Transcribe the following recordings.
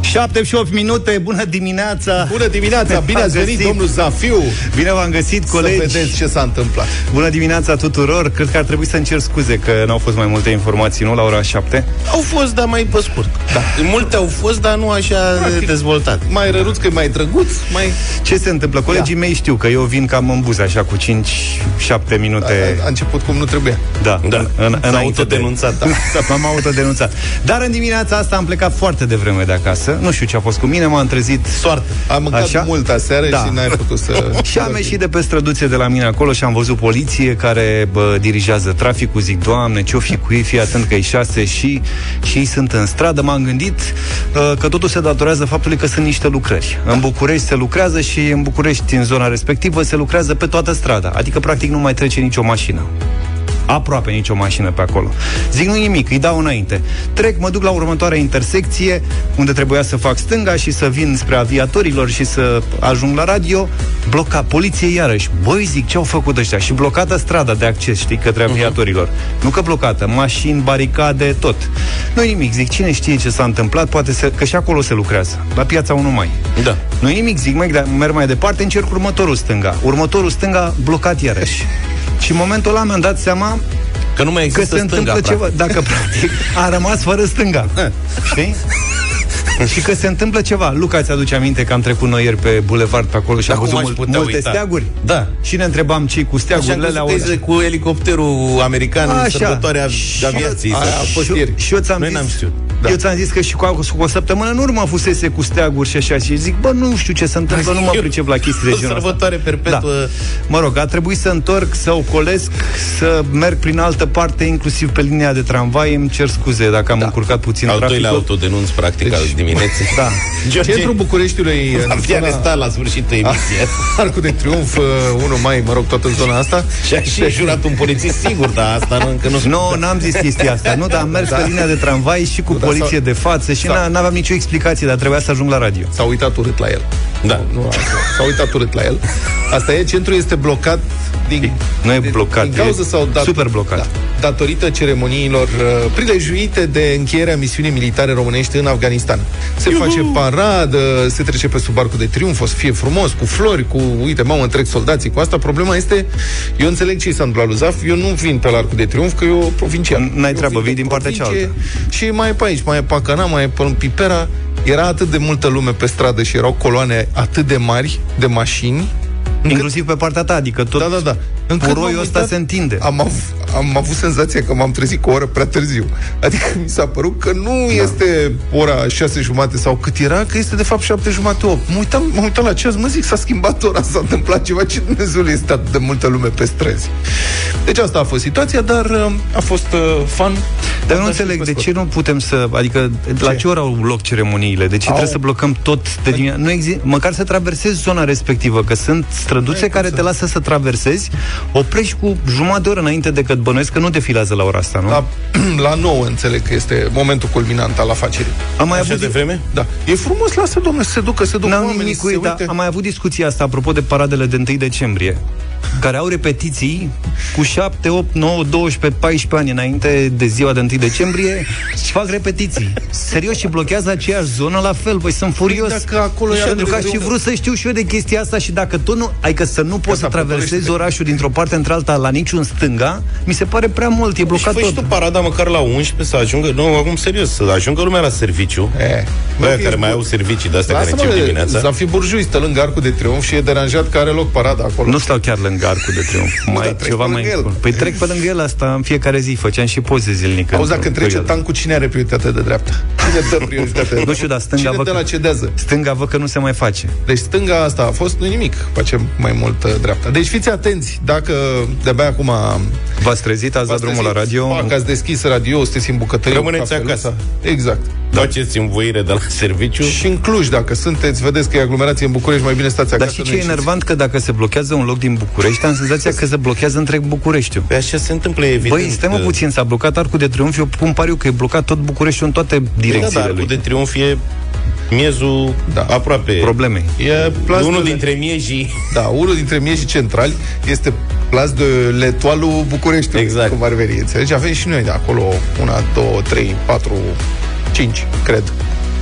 7 și 8 minute, bună dimineața! Bună dimineața, bine ați venit, găsit. domnul Zafiu! Bine v-am găsit, Colegi. Să colegi! vedeți ce s-a întâmplat. Bună dimineața tuturor! Cred că ar trebui să încer scuze că n-au fost mai multe informații, nu, la ora 7? Au fost, dar mai pe scurt. Da. Multe au fost, dar nu așa de dezvoltat. Mai răruț că e mai drăguț, mai... Ce se întâmplă? Colegii mei știu că eu vin cam în buz, așa, cu 5-7 minute. A, a început cum nu trebuia. Da, da. În, în, S-a înainte autodenunțat, da. de... da. M-am autodenunțat. Dar în dimineața asta am plecat foarte devreme de acasă. Nu știu ce a fost cu mine, m-am trezit Soartă. Am mâncat Așa? mult aseară Da. și n-ai putut să... Și am ieșit de pe străduțe de la mine acolo și am văzut poliție care bă, dirigează traficul, zic, Doamne, ce-o fi cu ei, fii atent că e șase și, și ei sunt în stradă. M-am gândit uh, că totul se datorează faptului că sunt niște lucrări. În București se lucrează și în București, în zona respectivă, se lucrează pe toată strada. Adică, practic, nu mai trece nicio mașină aproape nicio mașină pe acolo. Zic nu nimic, îi dau înainte. Trec, mă duc la următoarea intersecție, unde trebuia să fac stânga și să vin spre aviatorilor și să ajung la radio, bloca poliție iarăși. Băi, zic, ce au făcut ăștia? Și blocată strada de acces, știi, către aviatorilor. Nu că blocată, mașini, baricade, tot. Nu nimic, zic, cine știe ce s-a întâmplat, poate să, că și acolo se lucrează, la piața 1 mai. Da. Nu nimic, zic, merg, de- merg mai departe, încerc următorul stânga. Următorul stânga blocat iarăși. Și în momentul ăla mi-am dat seama Că nu mai că există se stânga, întâmplă ceva, dacă practic a rămas fără stânga. Știi? și că se întâmplă ceva. Luca, ți-aduce aminte că am trecut noi ieri pe bulevard pe acolo și am cum văzut aș mult, putea multe uita? steaguri? Da. Și ne întrebam cei cu Și am steagurile alea. găsit teze cu helicopterul american în sărbătoarea Și- aviației. Aia sau- a fost Și- ieri. Și eu ți-am Noi zis, n-am știut. Da. Eu ți-am zis că și cu, cu o săptămână în urmă fusese cu steaguri și așa Și zic, bă, nu știu ce se întâmplă, nu mă Eu- pricep la chestii de O genul ăsta sărbătoare uh, perpetuă. Da. Mă rog, a trebuit să întorc, să ocolesc Să merg prin altă parte Inclusiv pe linia de tramvai Îmi cer scuze dacă Da. am încurcat puțin Al doilea traficul autodenunț, practic, al dimineței. Da. George, Centrul Bucureștiului, am în fi zona arestat la Ah. sfârșitul emisiei. Arcul de Triunf, uh, 1 mai, mă rog, toată zona asta. Și a și jurat un polițist sigur, dar asta nu, încă nu Nu, n-am zis chestia asta, nu, dar am mers pe linia de tramvai și cu da, poliție sau- de față și sau- n- n-aveam nicio explicație, dar trebuia să ajung la radio. S-a uitat urât la el. Da. Nu, asta. S-a uitat urât la el. Asta e, centrul este blocat din... Nu e de- blocat, din cauză e sau dat- super blocat. Da, datorită ceremoniilor uh, prilejuite de încheierea misiunii militare românești în Afganistan. Se face paradă, se trece pe sub arcul de triunf, o să fie frumos, cu flori, cu, uite, mamă, întreg soldații cu asta. Problema este, eu înțeleg ce i s-a întâmplat lui Zaf, eu nu vin pe la arcul de triunf, că eu provincial. N-ai Eu treabă, vin de vii din partea provincie cealaltă. Și mai e pe aici, mai e pe Acana, mai e pe în Pipera. Era atât de multă lume pe stradă și erau coloane atât de mari de mașini. Inclusiv pe partea ta, adică tot Da, da, da. puroiul m-am ăsta uitat, se întinde. Am, av- am avut senzația că m-am trezit cu o oră prea târziu. Adică mi s-a părut că nu da. este ora șase jumate sau cât era, că este de fapt șapte jumate, opt. Mă uitam, mă uitam la ceas, mă zic, s-a schimbat ora, s-a întâmplat ceva, ce Dumnezeu este atât de multă lume pe străzi. Deci asta a fost situația, dar uh, a fost uh, fan. Dar eu nu înțeleg de ce nu putem să... Adică ce? la ce oră au loc ceremoniile? De ce Au. Păi- trebuie să blocăm tot de dimineață? Nu exi- măcar să traversezi zona respectivă, că sunt străduțe care te lasă să traversezi, oprești cu jumătate de oră înainte decât bănuiesc că nu defilează la ora asta, nu? La, la 9 înțeleg că este momentul culminant al afacerii. Am mai Așa avut de vreme? Da. E frumos, lasă, domnule, să se ducă, să se ducă N-am oamenii, nimic să cu se ei, dar uite. am mai avut discuția asta apropo de paradele de 1 decembrie care au repetiții cu 7, 8, 9, 12, 14 ani înainte de ziua de 1 decembrie și fac repetiții. Serios și blochează aceeași zonă la fel. Păi sunt furios. dacă acolo și era pentru că de aș fi unde? vrut să știu și eu de chestia asta și dacă tot nu... Adică să nu poți să Asta, traversezi potolește-te. orașul dintr-o parte într-alta la niciun stânga, mi se pare prea mult, e Și blocat fă tot. și tu parada măcar la 11 să ajungă, nu, acum serios, să ajungă lumea la serviciu. E. Bă, Nu, care Eh, e- mai au servicii de astea care Lasă-mă, încep dimineața. să fi burjui, stă lângă arcul de triumf și e deranjat că are loc parada acolo. Nu stau chiar lângă arcul de triumf. dar Mai treci ceva pe mai lângă el. încolo. Păi trec pe lângă el asta în fiecare zi, făceam și poze zilnică. Auzi, dacă într-o trece perioadă. tancul, cine are prioritate de dreapta? Cine dă prioritate? Nu știu, dar stânga Cine văd dă că- la cedează? Stânga văd că nu se mai face. Deci stânga asta a fost, nu nimic, facem mai mult uh, dreapta. Deci fiți atenți, dacă de-abia acum... V-ați trezit, ați dat drumul la radio? Pac, ați deschis radio, sunteți în bucătărie. Rămâneți cu cafeluța. acasă. Exact. Faceți învoire de la serviciu. Și în Cluj, dacă sunteți, vedeți că e aglomerație în București, mai bine stați acasă. Dar și nu ce e ieșiți. enervant că dacă se blochează un loc din București, am senzația că se blochează întreg Bucureștiul. Pe Păi așa se întâmplă, evident. uh, Băi, stai mă că- puțin, Da, s-a blocat Arcul de Triunf, eu cum pariu că e blocat tot Bucureștiul în toate Da, da, direcțiile Arcul lui. de triumf e miezul da. aproape. Problemei. E plas Unul de- dintre miezii. Da, unul dintre miezii centrali este Plas de Letoalul Bucureștiului, Exact. cum ar veni. Înțelegi? Avem și noi de acolo una, două, trei, patru, cinci, cred.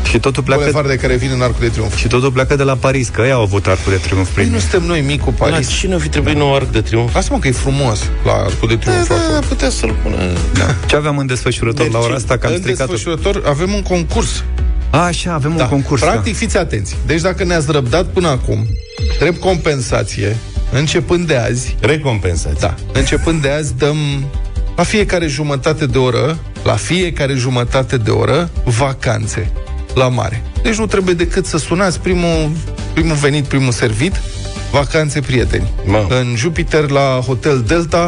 Și totul pleacă, Bulevard de care vin în Arcul de Triunf. și totul pleacă de la Paris, că ei au avut arcul de triunf Păi prin nu suntem noi mic cu La Paris. Da, cine fi trebuit nou arc de triunf? Asta mă că e frumos la Arcul de Da, Triunf. da, acolo. da, putea să-l pună. Da. Ce aveam în desfășurător la ora asta, că am Deci în stricat desfășurător avem un concurs. Așa, avem Da. un concurs. da. da. Practic, fiți atenți. Deci dacă ne-ați răbdat până acum, drept compensație, începând de azi, Recompensați. Da. Începând de azi dăm la fiecare jumătate de oră, la fiecare jumătate de oră, vacanțe la mare. Deci nu trebuie decât să sunați primul, primul venit, primul servit, vacanțe prieteni. Mamă. În Jupiter, la Hotel Delta,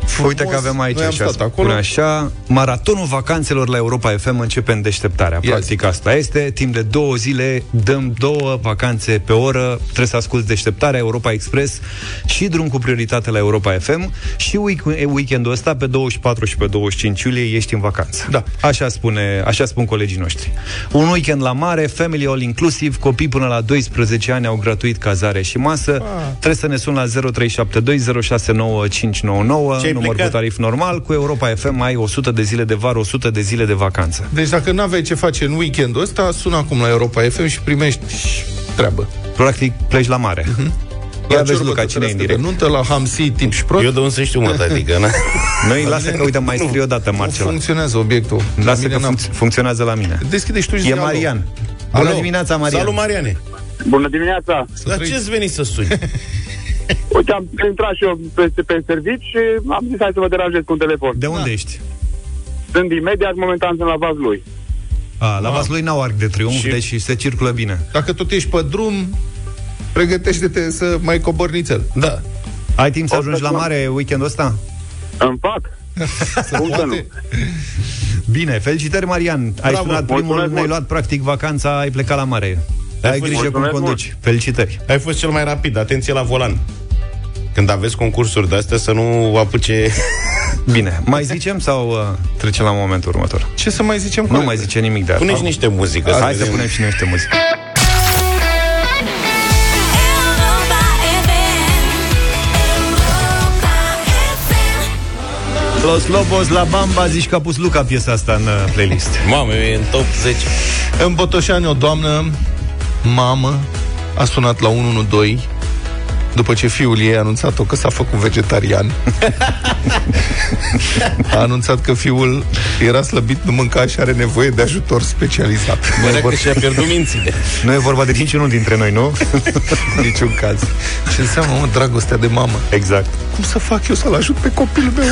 da. frumos, Uite că avem aici noi am așa, stat acolo. acolo. așa, maratonul vacanțelor la Europa FM începe în deșteptarea. Ia Practic asta este, timp de două zile dăm două vacanțe pe oră, trebuie să asculti deșteptarea Europa Express și drum cu prioritate la Europa FM și week- weekendul ăsta pe 24 și pe 25 iulie ești în vacanță. Da. Așa, spune, așa spun colegii noștri. Un weekend la mare, family all inclusiv, copii până la 12 ani au gratuit cazare și masă. Ah. Trebuie să ne sun la 0372069599, Ce-ai număr plecat? cu tarif normal, cu Europa FM ai 100 de zile de vară, 100 de zile de vacanță. Deci dacă nu aveai ce face în weekendul ăsta, sună acum la Europa FM și primești treabă. Practic pleci la mare. Mhm. Ia vezi Luca, cine e în direct. Nuntă la Hamsi, timp și prost. Eu de unde să știu, mă, tatică, na? Noi lasă că, uite, mai scrie o dată, Nu Marcela. funcționează obiectul. La Lasă mine că n-a- func- funcționează la mine. Deschide și tu și E zi, alo. Marian. Bună Alo. dimineața, Marian. Salut, Mariane. Bună dimineața! La trăiți. ce-ți veni să suni? Uite, am intrat și eu peste pe servici și am zis hai să vă deranjez cu un telefon. De Da. Da. unde ești? Sunt imediat, momentan sunt la Vaslui. A, la Vaslui n-au arc de triumf, Și- deci se circulă bine. Dacă tot ești pe drum, pregătește-te să mai cobori nițel. Da. Ai timp să O ajungi la săptămână. mare weekendul ăsta? Îmi fac? Cum să nu? Bine, felicitări, Marian. Ai Bravo, sunat primul, mulțumesc ne-ai mult. luat practic vacanța, ai plecat la mare. Ai fost- grijă cum mulțumesc conduci. Felicitări. Ai fost cel mai rapid, atenție la volan. Când aveți concursuri de astea să nu apuce... Bine, mai zicem sau uh, trecem la momentul următor? Ce să mai zicem? Nu mai zice nimic de Puneți asta. niște muzică. Deci Hai să vedem. punem și noi niște muzică. Europa FM. Los Lobos la Bamba, zici că a pus Luca piesa asta în uh, playlist. Mamă, e în top 10. În Botoșani, o doamnă, mamă, a sunat la 112 după ce fiul ei a anunțat-o că s-a făcut vegetarian. a anunțat că fiul era slăbit, nu mânca și are nevoie de ajutor specializat. Părea că și-a pierdut mințile. Nu e vorba de niciunul dintre noi, nu? În niciun caz. Ce înseamnă, mă, dragostea de mamă? Exact. Cum să fac eu să-l ajut pe copilul meu?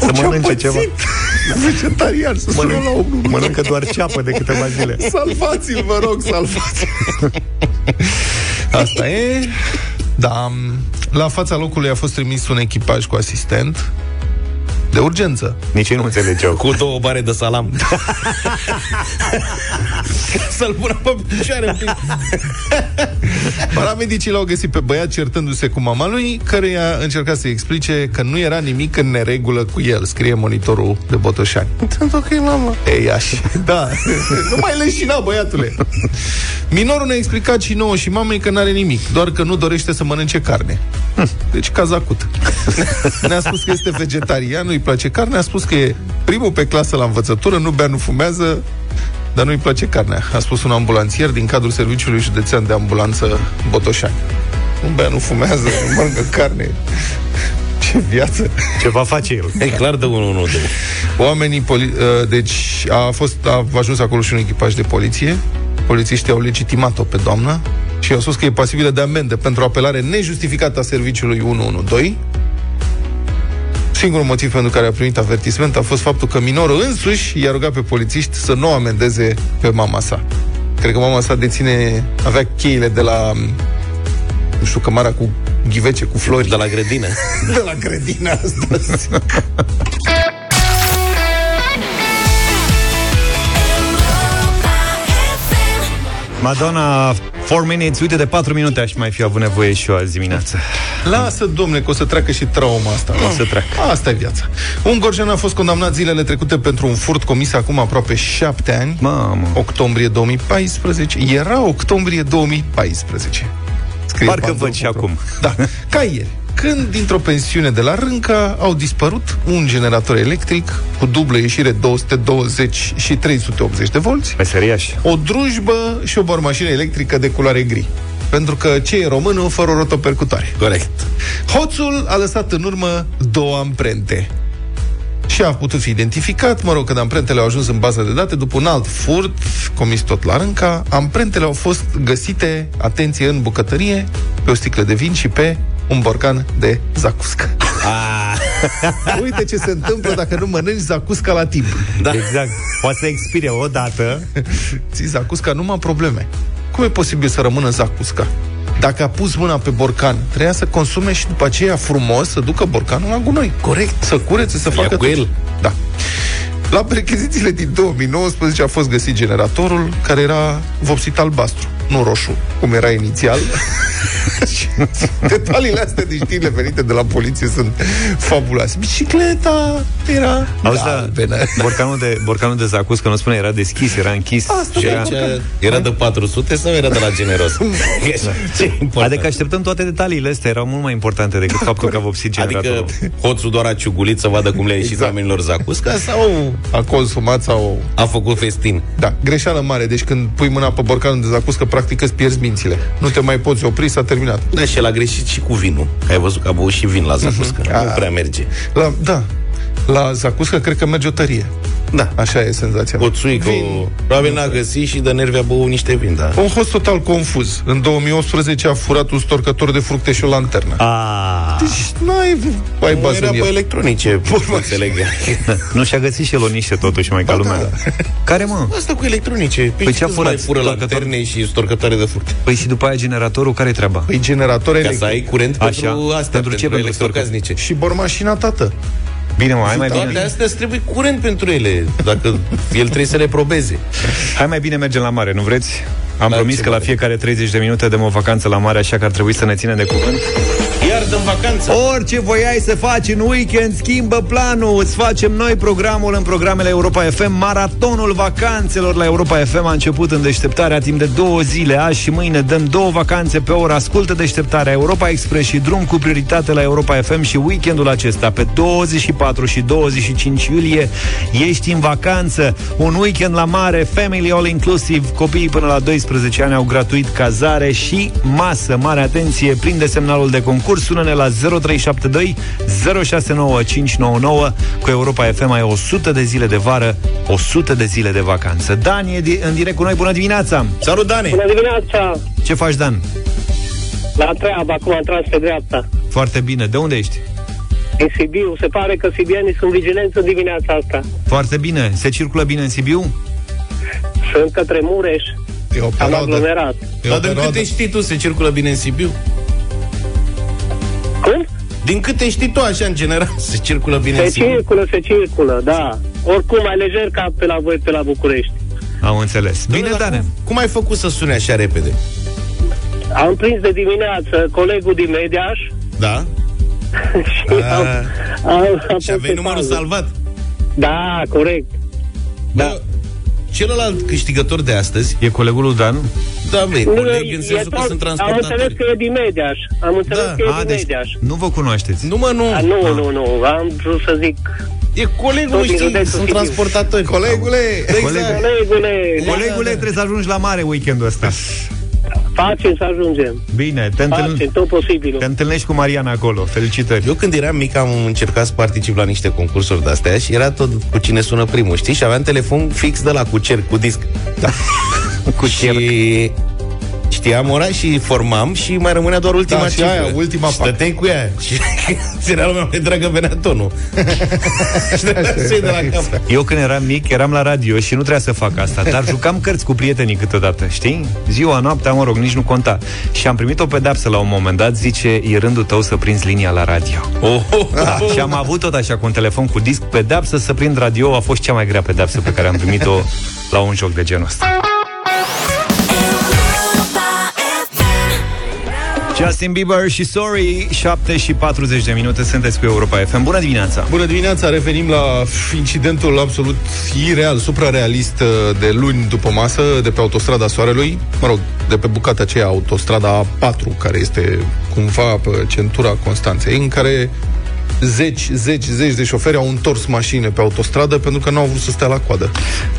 Să Ce-am mănânce pățit? ceva. Vegetarian, să sună la 112. Mănâncă doar ceapă de câteva zile. Salvați-l, vă rog, salvați Asta e. Da, la fața locului a fost trimis un echipaj cu asistent de urgență. Nici eu nu înțelegeau. Cu două bare de salam. Să-l pună pe picioare un pic. Paramedicii l-au găsit pe băiat certându-se cu mama lui, căreia încerca să-i explice că nu era nimic în neregulă cu el, scrie monitorul de Botoșani. Sunt ok, mama. Ei, așa. Da. nu mai leșina, băiatule. Minorul ne-a explicat și nouă și mamei că n-are nimic, doar că nu dorește să mănânce carne. Deci caz acut. Ne-a spus că este vegetarian, nu-i place carne, a spus că e primul pe clasă la învățătură, nu bea, nu fumează, dar nu-i place carnea, a spus un ambulanțier din cadrul Serviciului Județean de Ambulanță Botoșani. Nu bea, nu fumează, nu mănâncă carne. Ce viață! Ce va face el? E clar de unul, unul de Oamenii, poli- uh, deci a, fost, a ajuns acolo și un echipaj de poliție, polițiștii au legitimat-o pe doamnă și au spus că e pasibilă de amendă pentru apelare nejustificată a serviciului 112. Singurul motiv pentru care a primit avertisment a fost faptul că minorul însuși i-a rugat pe polițiști să nu o amendeze pe mama sa. Cred că mama sa deține, avea cheile de la, nu știu, cămara cu ghivece, cu flori, De la grădină. de la grădina asta. zic. Madonna, 4 minutes, uite de 4 minute aș mai fi avut nevoie și eu azi dimineață. Lasă, domne, că o să treacă și trauma asta. O să treacă. Asta e viața. Un gorjan a fost condamnat zilele trecute pentru un furt comis acum aproape șapte ani. Mamă. Octombrie 2014. Era octombrie 2014. Scrie Parcă Pandor. văd și acum. Da, ca ieri. Când dintr-o pensiune de la Rânca au dispărut un generator electric cu dublă ieșire 220 și 380 de volți, Meseriaș. o drujbă și o bormașină electrică de culoare gri. Pentru că ce e românul fără o rotopercutoare? Corect. Hoțul a lăsat în urmă două amprente. Și a putut fi identificat, mă rog, când amprentele au ajuns în baza de date, după un alt furt comis tot la Rânca, amprentele au fost găsite, atenție, în bucătărie, pe o sticlă de vin și pe un borcan de zacuscă. Uite ce se întâmplă dacă nu mănânci zacusca la timp. Da. Exact. Poate să expire o dată. Ți zacusca numai probleme. Cum e posibil să rămână zacusca? Dacă a pus mâna pe borcan, trebuia să consume și după aceea frumos să ducă borcanul la gunoi. Corect. Să curețe, să facă cu tot. el. Da. La perchezițiile din 2019 a fost găsit generatorul care era vopsit albastru, nu roșu, cum era inițial. Și Detaliile astea din știrile venite de la poliție sunt fabuloase. Bicicleta era Auzi, da, albenă. borcanul, de, borcanul de zacus, că nu spune, era deschis, era Adică închis. Asta Și da. aici Deci, uh, era de 400 sau era de la generos? Ce e important? Adică așteptăm toate detaliile astea, erau mult mai importante decât faptul că a vopsit generatorul. Adică hoțul doar a ciugulit să vadă cum le-a ieșit exact. oamenilor zacusca sau Da, Sau a consumat sau a făcut festin? Da, greșeală mare. Deci când pui mâna pe borcanul de zacuscă, practic îți pierzi mințile. Nu te mai poți opri, s-a terminat. Da, și el a greșit și cu vinul. Că ai văzut că a băut și vin la zacuscă. Mhm. Ah. Nu prea merge. La, da, la zacuscă cred că merge o tărie. Da. Așa e senzația. O țuică, o... Vin. probabil n-a găsit și de nervi a băut niște vin, da. Un host total confuz. În 2018 a furat un storcător de fructe și o lanternă. A, A, deci n-ai ai Mai bază era în pe el. electronice, înțeleg. nu și-a găsit și el o nișă totuși, mai ca lumea. Care, mă? Asta cu electronice. Păi, Păi ce ce-a furat? mai fură Storcător? lanterne și storcătoare de fructe? Păi și după aia generatorul, care-i treaba? Păi generator Ca să electric. ai curent Așa. pentru astea, Pentru ce? Pentru electrocasnice. Și bormașina tată. Bine, mă, hai mai Toate bine, astea îți trebuie curent pentru ele, dacă el trebuie să le probeze. hai mai bine mergem la mare, nu vreți? Am La promis ce că la mare? fiecare 30 de minute dăm o vacanță la mare, așa că ar trebui să ne ținem de cuvânt. Iar dăm vacanță. Orice voiai să faci în weekend, schimbă planul. Îți facem noi programul în programele Europa FM. Maratonul vacanțelor la Europa FM a început în deșteptarea timp de două zile. Azi și mâine dăm două vacanțe pe oră. Ascultă deșteptarea Europa Express și drum cu prioritate la Europa FM și weekendul acesta pe 24 și 25 iulie ești în vacanță. Un weekend la mare, family all inclusive, copiii până la 12 ani au gratuit cazare și masă. Mare atenție, prinde semnalul de concurs, sună-ne la 0372 069599. Cu Europa FM ai 100 de zile de vară, 100 de zile de vacanță. Dan e di- în direct cu noi, bună dimineața! Salut, Dane! Bună dimineața! Ce faci, Dan? La treabă, acum am tras pe dreapta. Foarte bine, de unde ești? În Sibiu, se pare că sibienii sunt vigilenți în dimineața asta. Foarte bine, se circulă bine în Sibiu? Sunt către Mureș, E o am perioadă. aglomerat. E o Dar din perioadă. câte știi tu, se circulă bine în Sibiu? Cum? Din câte știi tu, așa, în general, se circulă bine în Se Sibiu? circulă, se circulă, da. Oricum, mai lejer ca pe la voi, pe la București. Am înțeles. Bine, Domnule, dar Dan. cum- Cum ai făcut să sune așa repede? Am prins de dimineață colegul din Mediaș Da? și am, am, am fost Ah. Și aveai pe numărul pauză. salvat? Da, corect. Da. Celălalt câștigător de astăzi, E colegul lui Dan? da, băi, Nu, coleg în e sensul că tot- sunt Am înțeles transportatori. că e din Mediaș. Am înțeles Da, că e A, deci din Mediaș. nu vă cunoașteți. Nu, mă, nu. A, nu, nu, nu, am vrut să zic E colegul, Tot din știi, județul sunt Sibiu. transportatori. Colegule! Exact. Colegule, Colegule, trebuie să ajungi la mare weekendul ăsta. facem să ajungem. Bine, te, Facem întâln- tot posibilul. te întâlnești cu Mariana acolo. Felicitări. Eu când eram mic am încercat să particip la niște concursuri de-astea și era tot cu cine sună primul, știi? Și aveam telefon fix de la cu cer, cu disc. Da. cu și știam ora și formam și mai rămânea doar ultima Da, și cifră. aia, ultima și pacă. stăteai cu ea. Și ți era lumea mai dragă venea tonul. și de la cap. Eu când eram mic, eram la radio și nu trebuia să fac asta, dar jucam cărți cu prietenii câteodată, știi? Ziua, noaptea, mă rog, nici nu conta. Și am primit o pedapsă la un moment dat, zice, e rândul tău să prinzi linia la radio. Oh, oh, Da, și am avut tot așa cu un telefon cu disc, pedapsă să prind radio a fost cea mai grea pedapsă pe care am primit-o la un joc de genul ăsta. Europa FM. Justin Bieber și Sorry, 7 și 40 de minute, sunteți pe Europa FM. Bună dimineața! Bună dimineața, revenim la incidentul absolut ireal, suprarealist uh, de luni după masă, de pe autostrada Soarelui, mă rog, de pe bucata aceea, autostrada A4, care este cumva pe centura Constanței, în care zeci, zeci, zeci de șoferi au întors mașini pe autostradă pentru că nu au vrut să stea la coadă.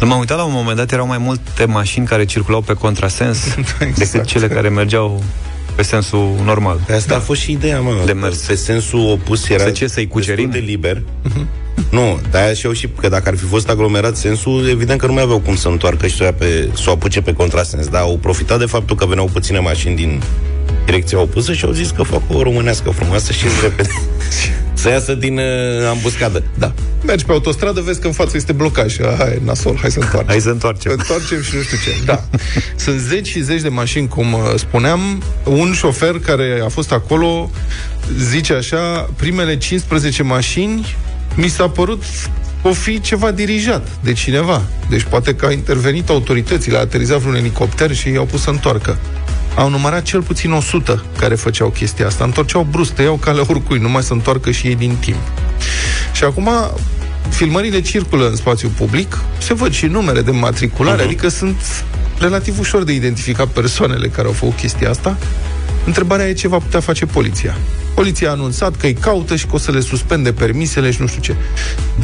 M-am uitat la un moment dat, erau mai multe mașini care circulau pe contrasens Da, exact. decât cele care mergeau pe sensul normal. Pe asta da. a fost și ideea, mă. De mers. Pe sensul opus era Să ce, să-i destul cucerim? de liber. nu, de aia și eu și că dacă ar fi fost aglomerat sensul, evident că nu mai aveau cum să întoarcă și să o ia pe, să o apuce pe contrasens. Dar au profitat de faptul că veneau puține mașini din direcția opusă și au zis că fac o românească frumoasă și repede. să iasă din uh, ambuscadă. Da. Mergi pe autostradă, vezi că în față este blocaj. Ah, Hai, nasol, hai să întoarcem. Hai să întoarcem. Întoarcem și nu știu ce. Da. Sunt zeci și zeci de mașini, cum uh, spuneam. Un șofer care a fost acolo zice așa, primele 15 mașini mi s-a părut o fi ceva dirijat de cineva. Deci poate că a intervenit autoritățile, a aterizat vreun elicopter și i-au pus să întoarcă. Au numărat cel puțin 100 care făceau chestia asta. Întorceau brusc, tăiau calea oricui, numai să întoarcă și ei din timp. Și acum filmările circulă în spațiu public, se văd și numere de matriculare, uh-huh. adică sunt relativ ușor de identificat persoanele care au făcut chestia asta. Întrebarea e ce va putea face poliția. Poliția a anunțat că îi caută și că o să le suspende permisele și nu știu ce.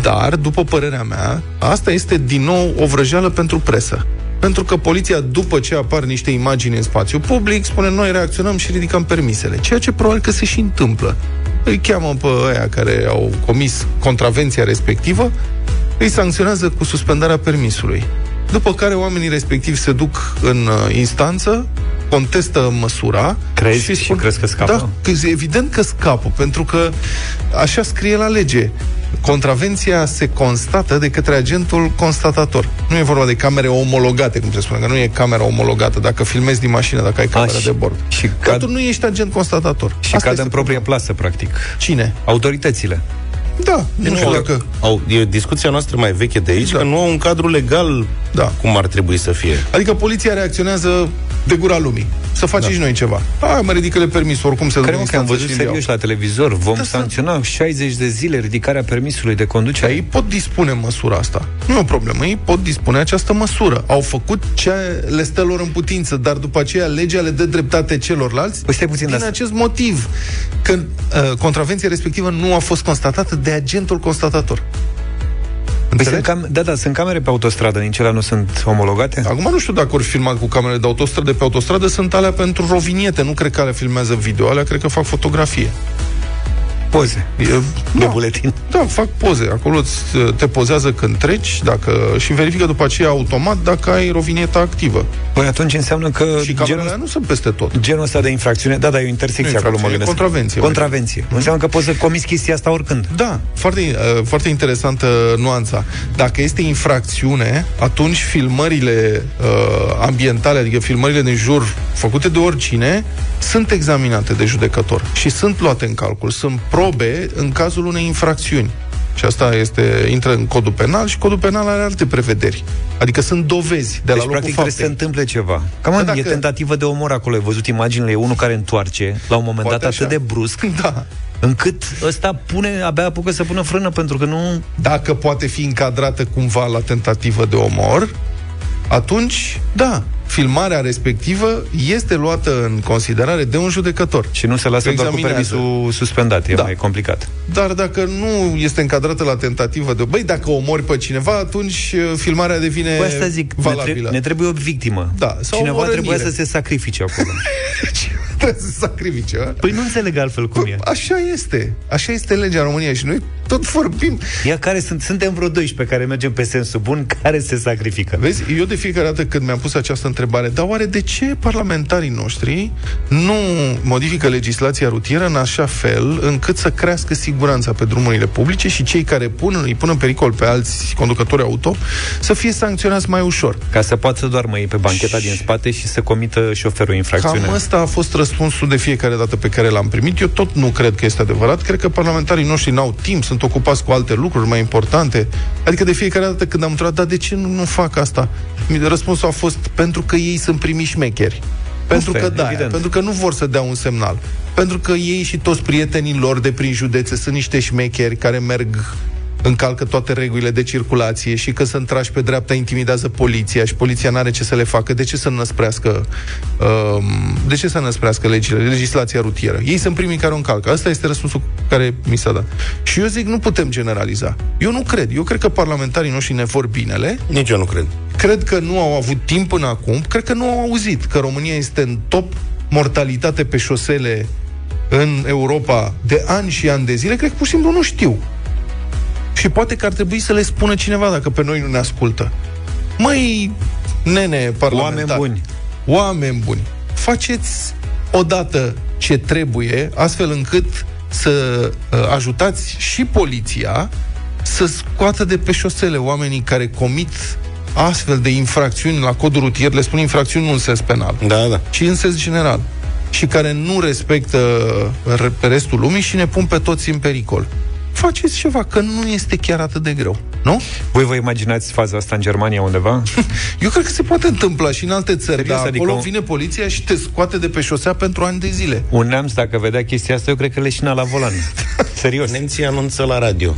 Dar, după părerea mea, asta este din nou o vrăjeală pentru presă. Pentru că poliția, după ce apar niște imagini în spațiu public, spune noi reacționăm și ridicăm permisele. Ceea ce probabil că se și întâmplă. Îi cheamă pe aia care au comis contravenția respectivă, îi sancționează cu suspendarea permisului. După care oamenii respectivi se duc în uh, instanță, contestă măsura Crezi? Și crezi că scapă? Da, că e evident că scapă, pentru că așa scrie la lege. Contravenția se constată de către agentul constatator. Nu e vorba de camere omologate, cum se spune, că nu e camera omologată. Dacă filmezi din mașină, dacă ai camera Ah, și- de bord. și Că cad- tu nu ești agent constatator. Și cad este în propria plasă, practic. Cine? Autoritățile. Da, nu știu dacă... Deci Au, e discuția noastră mai veche de aici, da. că nu au un cadru legal Da. cum ar trebui să fie. Adică poliția reacționează de gura lumii. Să facem da. și noi ceva. Hai, mă ridică-le permis, oricum se duc Cred în că am instanță văzut și le iau. serios la televizor. Vom Da, sancționa 60 de zile ridicarea permisului de Dar conducere. ei pot dispune măsura asta. Nu e o problemă, ei pot dispune această măsură. Au făcut ce le stă lor în putință, dar după aceea legea le dă dreptate celorlalți Păi stai puțin, din dar- acest motiv. Când uh, contravenția respectivă nu a fost constatată de agentul constatator. Păi Înțelegi? sunt cam, da, da, sunt camere pe autostradă, din cele nu sunt omologate? Acum nu știu dacă ori filmat cu camerele de autostradă, de pe autostradă sunt alea pentru roviniete, nu cred că alea filmează video, alea cred că fac fotografie. Poze. E, De da. buletin. Da, fac poze. Acolo îți, te pozează când treci dacă, și verifică după aceea automat dacă ai rovinieta activă. Păi atunci înseamnă că Și genul, camerele alea nu sunt peste tot. genul ăsta de infracțiune, da, da, e o intersecție Nu e acolo, mă infracțiune, gândesc. e contravenție, mai Contravenție. Înseamnă că poți să comiți chestia asta oricând. Da, foarte, uh, foarte interesantă nuanța. Dacă este infracțiune, atunci filmările uh, ambientale, adică filmările din jur făcute de oricine, sunt examinate de judecător și sunt luate în calcul. Sunt probe în cazul unei infracțiuni. Și asta este, intră în codul penal și codul penal are alte prevederi. Adică sunt dovezi de Deci, la locul practic, trebuie să se faptei. întâmple ceva. Cam dacă- dacă... e tentativă de omor acolo. Ai văzut imaginile, e unul care întoarce la un moment Poate dat atât așa. de brusc, Da. încât ăsta pune, abia apucă să pună frână, pentru că nu... dacă poate fi încadrată cumva la tentativă de omor, atunci, da, filmarea respectivă este luată în considerare de un judecător. Și nu se lasă doar cu Examinează. permisul suspendat, e Da. mai complicat. Dar dacă nu este încadrată la tentativă de... Băi, dacă omori pe cineva, atunci uh, filmarea devine Păi asta zic, ne, tre- valabilă. ne trebuie o victimă. Da, sau o Cineva rănire. trebuia să se sacrifice acolo. Trebuie să sacrifice, a? păi nu înțeleg altfel cum e. Așa este. Așa este legea în România și noi tot vorbim. Ia care sunt, suntem vreo 12 care mergem pe sensul bun, care se sacrifică. Vezi, eu de fiecare dată când mi-am pus această întrebare, dar oare de ce parlamentarii noștri nu modifică legislația rutieră în așa fel încât să crească siguranța pe drumurile publice și cei care pun, îi pun în pericol pe alți conducători auto să fie sancționați mai ușor? Ca să poată să doarmă ei pe bancheta din spate și să comită șoferul infracțiunea. Cam ăsta a fost răspunsul de fiecare dată pe care l-am primit. Eu tot nu cred că este adevărat. Cred că parlamentarii noștri n-au timp, sunt ocupați cu alte lucruri mai importante. Adică de fiecare dată când am întrebat, dar de ce nu, nu fac asta? Mi- Răspunsul a fost pentru că ei sunt primiși mecheri. Pentru Asta că e, da, evident. pentru că nu vor să dea un semnal. Pentru că ei și toți prietenii lor de prin județe sunt niște șmecheri care merg încalcă toate regulile de circulație și că sunt trași pe dreapta intimidează poliția și poliția n-are ce să le facă. De ce să năsprească um, de ce să năsprească legile, legislația rutieră? Ei sunt primii care o încalcă. Asta este răspunsul care mi s-a dat. Și eu zic, nu putem generaliza. Eu nu cred. Eu cred că parlamentarii noștri ne vor binele Nici eu nu cred. cred că nu au avut timp până acum, cred că nu au auzit că România este în top mortalitate pe șosele în Europa de ani și ani de zile, cred că pur și simplu nu știu. Și poate că ar trebui să le spună cineva dacă pe noi nu ne ascultă. Măi, nene parlamentar. Oameni buni. Oameni buni. Faceți odată ce trebuie, astfel încât să uh, ajutați și poliția să scoată de pe șosele oamenii care comit astfel de infracțiuni la codul rutier, le spun infracțiuni nu în sens penal, Da, da. ci în sens general, și care nu respectă uh, re- pe restul lumii și ne pun pe toți în pericol. Faceți ceva, că nu este chiar atât de greu, nu? Voi vă imaginați faza asta în Germania undeva? Eu cred că se poate întâmpla și în alte țări, Serios, Serios, dar adică acolo un- vine poliția și te scoate de pe șosea pentru ani de zile. Un neamț, dacă vedea chestia asta, eu cred că leșina la volan. Serios. Nemții anunță la radio.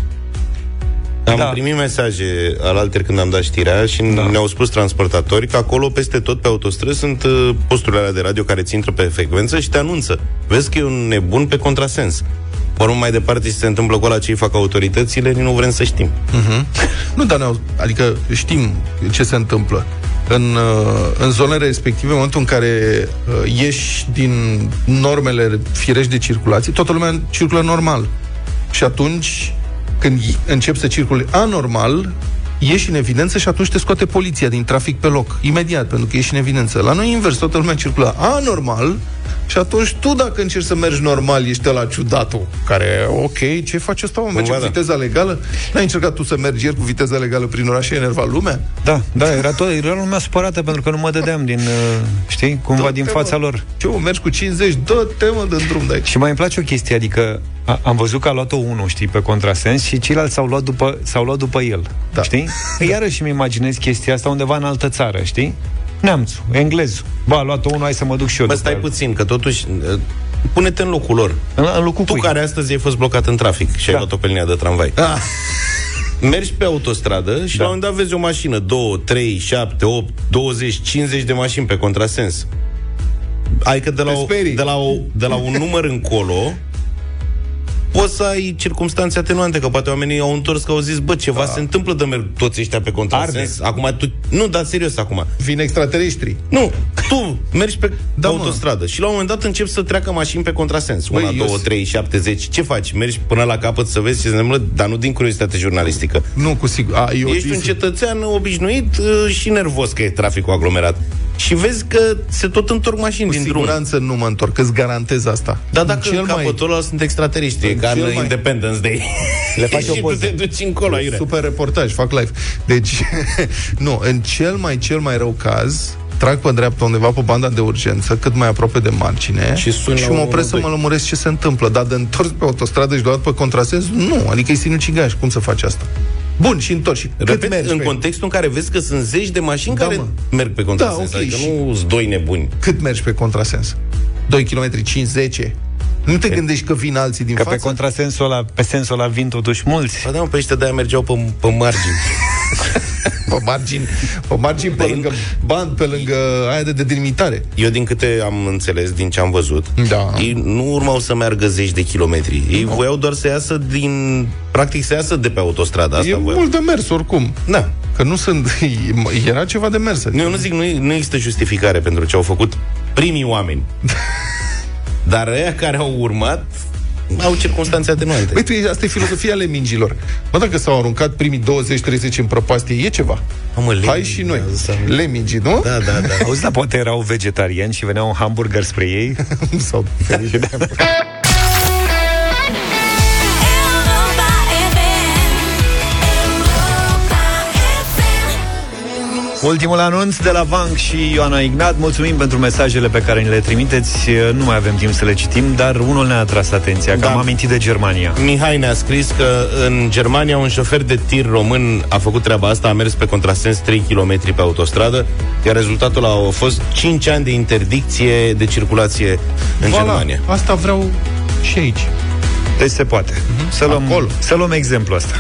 Am Da. da. primit mesaje al alter când am dat știrea și da. ne-au spus transportatori că acolo, peste tot, pe autostrăzi, sunt uh, posturile alea de radio care ți intră pe frecvență și te anunță. Vezi că e un nebun pe contrasens. Oricum mai departe ce se întâmplă cu ăla ce îi fac autoritățile, nici nu vrem să știm. Nu, dar ne-au, adică știm ce se întâmplă. În, uh, în zonele respective, în momentul în care uh, ieși din normele firești de circulație, toată lumea circulă normal. Și atunci, când i- începi să circuli anormal, ieși în evidență și atunci te scoate poliția din trafic pe loc, imediat, pentru că ești în evidență. La noi e invers, toată lumea circulă anormal și atunci tu, dacă încerci să mergi normal, ești la ciudatul, care, ok, ce faci ăsta, mă, merge Cumva cu da. viteza legală? N-ai încercat tu să mergi ieri cu viteza legală prin oraș și ai enervat lumea? Da, da, era, tot, era lumea supărată pentru că nu mă dădeam din, uh, știi, cumva din Dă-te, fața mă. lor. Ce, mă, mergi cu 50? Dă-te, mă, de drum de aici. Și mai îmi place o chestie, adică a, am văzut că a luat-o unul, știi, pe contrasens și ceilalți s-au luat după, s-au luat după el, Da. știi? Păi Iarăși îmi imaginez chestia asta undeva în altă țară, știi? Neamțul, englezul. Ba, a luat-o unul, hai să mă duc și eu Bă, după stai el. puțin, că totuși... uh, Pune-te în locul lor. În, în locul Tu cui? care astăzi ai fost blocat în trafic și da. Da. ai luat-o pe linia de tramvai. Ah. Mergi pe autostradă și da. la un moment dat vezi o mașină, 2, 3, 7, 8, 20, 50 de mașini pe contrasens. Adică de la, Te o, sperii. de, la o, de la un număr încolo poți să ai circumstanțe atenuante, că poate oamenii au întors că au zis, bă, ceva da. se întâmplă de merg toți ăștia pe contrasens. Acum tu... Nu, dar serios acum. Vin extraterestri. Nu, tu mergi pe Da, da, mă. autostradă și la un moment dat începi să treacă mașini pe contrasens. Una, Băi, eu două, s- trei, șaptezeci. Ce faci? Mergi până la capăt să vezi ce se întâmplă, dar nu din curiozitate jurnalistică. Nu, cu sigur. A, eu Ești un cetățean obișnuit uh, și nervos că e traficul aglomerat. Și vezi că se tot întorc mașini Cu din drum. siguranță nu mă întorc, îți garantez asta. Dar dacă cel în capătul ăla sunt extraterestri, e ca cel în mai- Independence Day. Le faci o și tu poză. te duci încolo, aiurea. Super reportaj, fac live. Deci, nu, în cel mai, cel mai rău caz, trag pe dreapta undeva pe banda de urgență, cât mai aproape de margine Și sun și la mă opresc să mă 112. lămuresc ce se întâmplă. Dar de întors pe autostradă și luat pe contrasens, nu, adică e sinucigaș, cum să faci asta? Bun, și întorci. și Cât Repet, mergi în pe el? contextul în care vezi că sunt zeci de mașini Da, care mă. merg pe contrasens. ok, adică și- nu sunt doi nebuni. Cât mergi pe contrasens? 2 km, 5, 10? Nu te gândești că vin alții din Că față? pe contrasensul ăla, pe sensul ăla vin totuși mulți. Ba da, mă, pe ăștia de-aia mergeau pe, pe margini. pe margini, pe margini, pe lângă band, pe lângă aia de delimitare. Eu din câte am înțeles, din ce am văzut, Da. ei nu urmau să meargă zeci de kilometri. Ei no. voiau doar să iasă din... Practic să iasă de pe autostradă. Asta E voiau. mult de mers, oricum. Da. Că nu sunt... Era ceva de mers. Eu nu zic, nu, e- nu există justificare pentru ce au făcut primii oameni. Dar ăia care au urmat au circunstanțe atenuante. Păi tu, e- asta e filozofia ale mingilor. Mă, dacă s-au aruncat primii 20-30 în prăpastie, e ceva. Mamă, le- Hai și noi. Da, să- Le mingi, nu? Da, da, da. Auzi, dar poate erau vegetariani și veneau un hamburger spre ei? Sau... Europa FM. Europa FM. Ultimul anunț de la Vanc și Ioana Ignat. Mulțumim pentru mesajele pe care ni le trimiteți. Nu mai avem timp să le citim, dar unul ne-a atras atenția, că Da. am amintit de Germania. Mihai ne-a scris că în Germania un șofer de tir român a făcut treaba asta, a mers pe contrasens 3 km pe autostradă, iar rezultatul a fost 5 ani de interdicție de circulație în Voilà, Germania. asta vreau și aici. Deci se poate. Să luăm, Acolo. să luăm exemplu ăsta.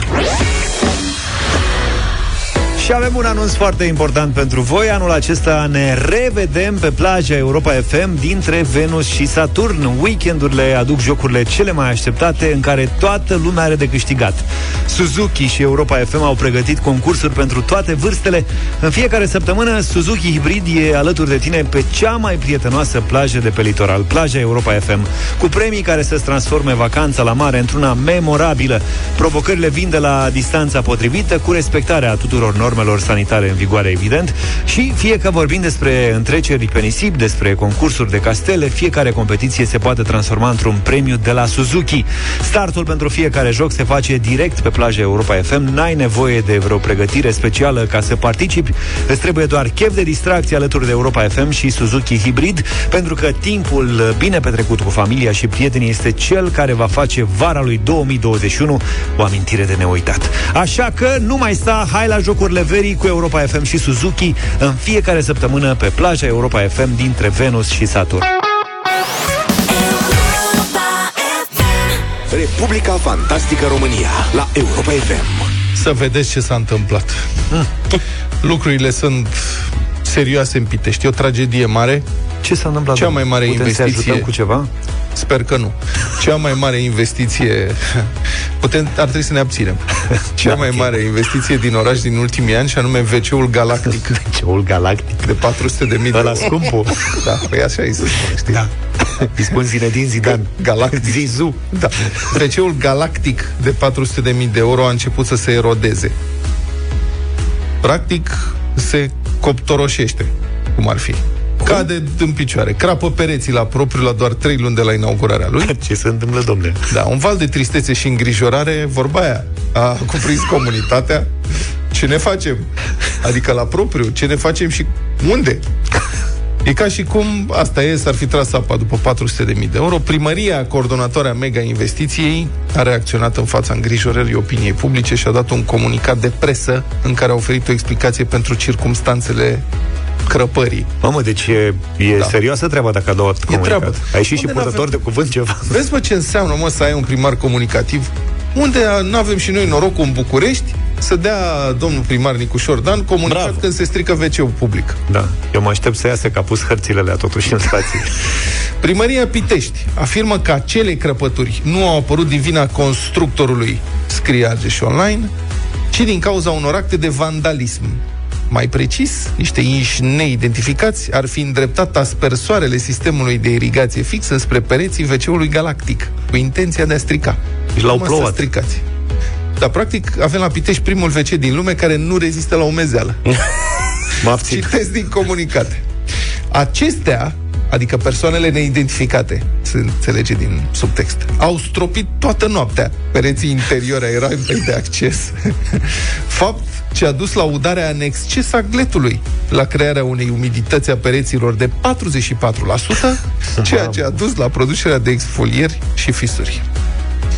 Și avem un anunț foarte important pentru voi. Anul acesta ne revedem pe plaja Europa FM dintre Venus și Saturn. Weekendurile aduc jocurile cele mai așteptate în care toată lumea are de câștigat. Suzuki și Europa FM au pregătit concursuri pentru toate vârstele. În fiecare săptămână, Suzuki Hybrid e alături de tine pe cea mai prietenoasă plajă de pe litoral, plaja Europa FM, cu premii care să-ți transforme vacanța la mare într-una memorabilă. Provocările vin de la distanța potrivită, cu respectarea tuturor normelor sanitare în vigoare, evident, și fie că vorbim despre întreceri pe nisip, despre concursuri de castele, fiecare competiție se poate transforma într-un premiu de la Suzuki. Startul pentru fiecare joc se face direct pe plaja Europa FM, n-ai nevoie de vreo pregătire specială ca să participi, îți trebuie doar chef de distracție alături de Europa FM și Suzuki Hybrid, pentru că timpul bine petrecut cu familia și prietenii este cel care va face vara lui 2021 o amintire de neuitat. Așa că nu mai sta, hai la jocurile verii cu Europa FM și Suzuki în fiecare săptămână pe plaja Europa FM dintre Venus și Saturn. Republica Fantastică România la Europa FM. Să vedeți ce s-a întâmplat. Hm. Lucrurile sunt serioase în Pitești. E o tragedie mare. Ce s-a întâmplat? Cea domnule? mai mare Putem să-i investiție- ajutăm cu ceva? Sper că nu. Cea mai mare investiție... Putem, ar trebui să ne abținem. Cea mai mare investiție din oraș din ultimii ani, și anume WC-ul Galactic Ceul galactic. de 400 de mii de Ăla euro. scumpul. Da, păi așa îi se spune, știi? Da. Îi spun zile din Zidan. Galactic. Zizu. Da. WC-ul Galactic de 400 de mii de euro a început să se erodeze. Practic, se coptoroșește, cum ar fi. Cade în picioare, crapă pereții la propriu la doar 3 luni de la inaugurarea lui. Ce se întâmplă, domne? Da, un val de tristețe și îngrijorare, vorba aia, a cuprins comunitatea. Ce ne facem? Adică la propriu, ce ne facem și unde? E ca și cum, asta e, s-ar fi tras apa după 400.000 de euro. Primăria, coordonatoarea mega investiției, a reacționat în fața îngrijorării opiniei publice și a dat un comunicat de presă în care a oferit o explicație pentru circumstanțele crăpării. Mamă, deci e, e da. Da. serioasă treaba dacă a luat comunicat. treabă. Ai ieșit și Unde purtător n-avem- de cuvânt ceva. Vezi, mă, ce înseamnă, mă, să ai un primar comunicativ? Unde nu avem și noi norocul în București să dea domnul primar Nicușor Dan comunicat Bravo. când se strică wc public. Da, eu mă aștept să iasă că a pus hărțile alea totuși în spații. Primăria Pitești afirmă că acele crăpături nu au apărut din vina constructorului, scrie Argeș Online, ci din cauza unor acte de vandalism. Mai precis, niște inși neidentificați ar fi îndreptat aspersoarele sistemului de irigație fix înspre pereții WC-ului Galactic, cu intenția de a strica. Și l-au Acum să plouat. stricați. Dar, practic, avem la Pitești primul WC din lume care nu rezistă la umezeală. Mă abțin. Citesc din comunicate. Acestea, adică persoanele neidentificate, se înțelege din subtext, au stropit toată noaptea pereții interioare ai rampei de acces. Fapt ce a dus la udarea în exces a gletului, la crearea unei umidități a pereților de 44%, ceea ce a dus la producerea de exfolieri și fisuri.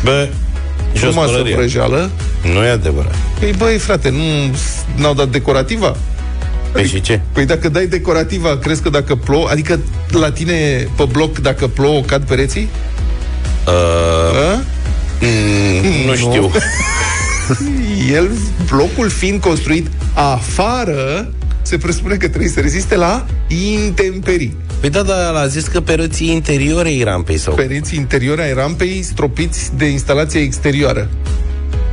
Bă, jos Frumoasă pălărie. vrăjeală. Nu e adevărat. Păi băi, frate, nu, n-au dat decorativa? Păi și ce? Păi dacă dai decorativa, crezi că dacă plouă... Adică la tine, pe bloc, dacă plouă, cad pereții? Uh, Păi, Nu știu. El, blocul fiind construit afară, se presupune că trebuie să reziste la intemperii. Păi da, dar a zis că pereții interioarei rampei păi sau... Pereții interiori ai rampei stropiți de instalația exterioară.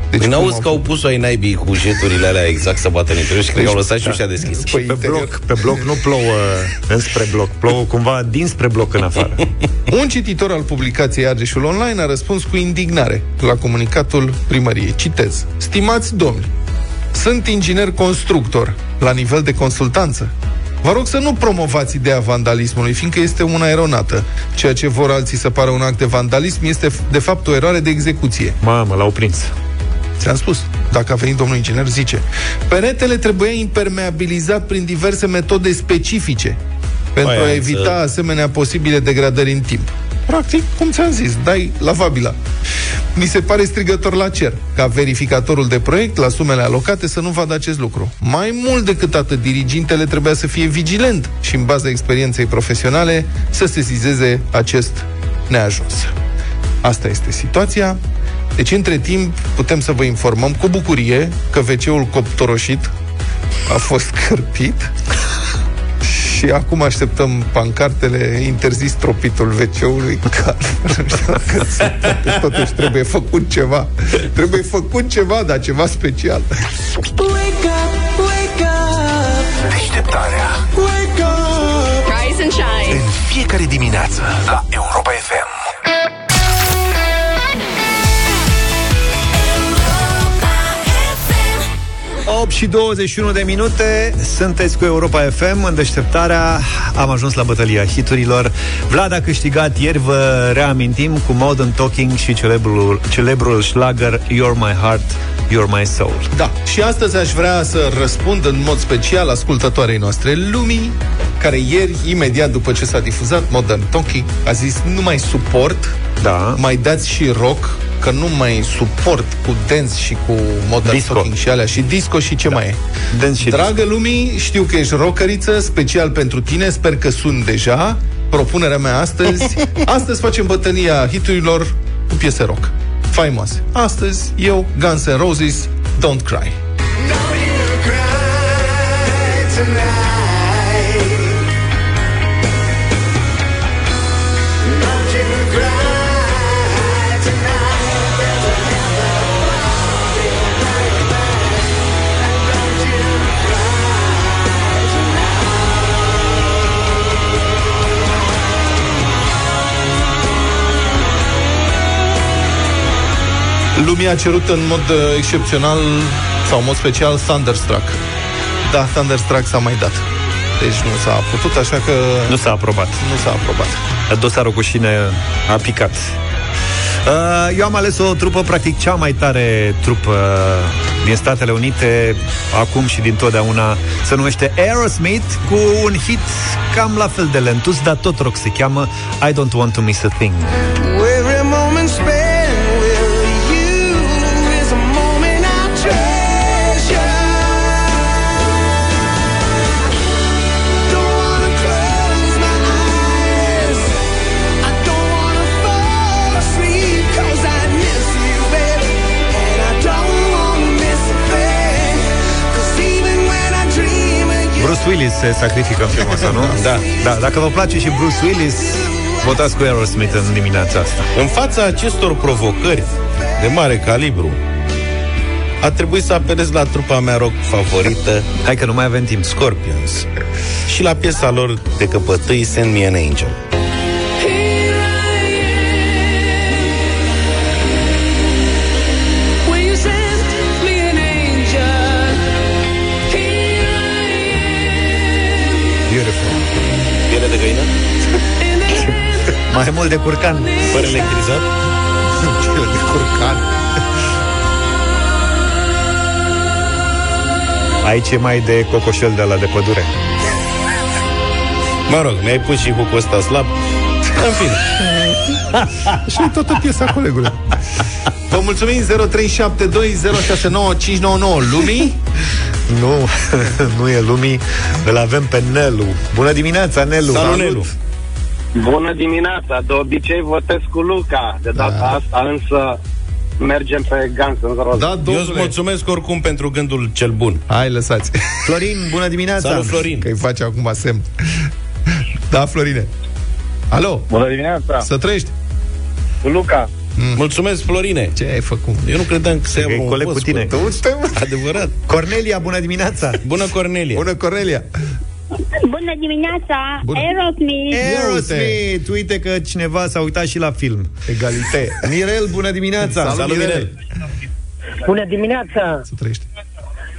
Deci cum n-auzi au- că au pus-o ai naibii cu jeturile alea exact să bată în interior și cred că Deci, au lăsat și ușa deschisă. Păi, Pe interior. bloc, pe bloc nu plouă înspre bloc, plouă cumva dinspre bloc în afară. Un cititor al publicației Argeșul Online a răspuns cu indignare la comunicatul primăriei. Citez. Stimați domni, sunt inginer constructor la nivel de consultanță. Vă rog să nu promovați ideea vandalismului, fiindcă este una eronată. Ceea ce vor alții să pară un act de vandalism este, de fapt, o eroare de execuție. Mamă, l-au prins. Ți-am spus, dacă a venit domnul inginer, zice Peretele trebuia impermeabilizat prin diverse metode specifice pentru Aia, a înțeleg. evita asemenea posibile degradări în timp. Practic, cum ți-am zis, dai lavabila. Mi se pare strigător la cer ca verificatorul de proiect la sumele alocate să nu vadă acest lucru. Mai mult decât atât, dirigintele trebuia să fie vigilent și în baza experienței profesionale să sesizeze acest neajuns. Asta este situația. Deci, între timp, putem să vă informăm cu bucurie că WC-ul coptoroșit a fost cârpit și acum așteptăm pancartele interzis tropitul WC-ului care nu știu dacă se poate. totuși trebuie făcut ceva. Trebuie făcut ceva, dar ceva special. Deșteptarea Rise and shine. în fiecare dimineață la Europa FM. Europa FM. 8 și 21 de minute Sunteți cu Europa FM În deșteptarea am ajuns la bătălia hiturilor Vlad a câștigat ieri Vă reamintim cu Modern Talking Și celebrul, celebrul schlager You're my heart, you're my soul Da, și astăzi aș vrea să răspund în mod special ascultătoarei noastre lumii, care ieri, imediat după ce s-a difuzat Modern Talking, a zis nu mai suport, Da. mai dați și rock, că nu mai suport cu dance și cu Modern Disco. Talking și alea și disco și ce da. mai e. Dance și Dragă lumii, știu că ești rockeriță, special pentru tine, sper că sunt deja. Propunerea mea astăzi, astăzi facem bătălia hiturilor cu piese rock. Faimoase. Astăzi eu, Guns N' Roses, Don't Cry. Lumea a cerut în mod uh, excepțional sau în mod special Thunderstruck. Da, Thunderstruck s-a mai dat. Deci nu s-a putut, așa că Nu s-a aprobat nu s-a aprobat. Dosarul cu șine a picat Uh, Eu am ales o trupă, practic cea mai tare trupă din Statele Unite, acum și din totdeauna, se numește Aerosmith, cu un hit cam la fel de lentus, dar tot rock se cheamă I Don't Want To Miss A Thing. Every moment spent with you is a moment I treasure. Don't wanna close my eyes. I don't wanna fall asleep 'cause I miss you, baby, and I don't wanna miss a thing. 'Cause even when I dream of you, Bruce Willis se sacrifică în filmul ăsta, nu? da. da. Dacă vă place și Bruce Willis, votați cu Aerosmith în dimineața asta. În fața acestor provocări de mare calibru, a trebuit să apelez la trupa mea rock favorită, Hai că nu mai avem timp. Scorpions, și la piesa lor de căpătâi, Send Me an Angel. Will you send me an angel? Beautiful. Piele de găină? Mai mult de curcan. Fără electrizat? Cele de curcan. Aici e mai de cocoșel de la de pădure. Mă rog, mi-ai pus și cu ăsta slab. În fine. Și e toată piesa colegului. Vă mulțumim 0372069599 lumii. Nu, nu e lumii Îl avem pe Nelu Bună dimineața, Nelu Salut, Nelu. Bună dimineața! De obicei votez cu Luca. De data da. asta însă mergem pe Guns N' Roses. Da, Eu îți domnule. mulțumesc oricum pentru gândul cel bun. Hai, lăsați. Florin, bună dimineața Salut, Florin. Că îi face acum semn. Da, Florine. Alo, Bună dimineața! să trăiești. Cu Luca! Mulțumesc, Florine. Ce ai făcut? Eu nu credeam că se Că e un coleg cu boss, tine Tu stai, mă. Adevărat. Cornelia, bună dimineața Bună, Cornelie. Bună, Corelia! Bună dimineața, Bună. Aerosmith. Aerosmith, uite că cineva s-a uitat și la film Egalitate! Mirel, bună dimineața Salut, Mirel. Bună dimineața! Să trăiești!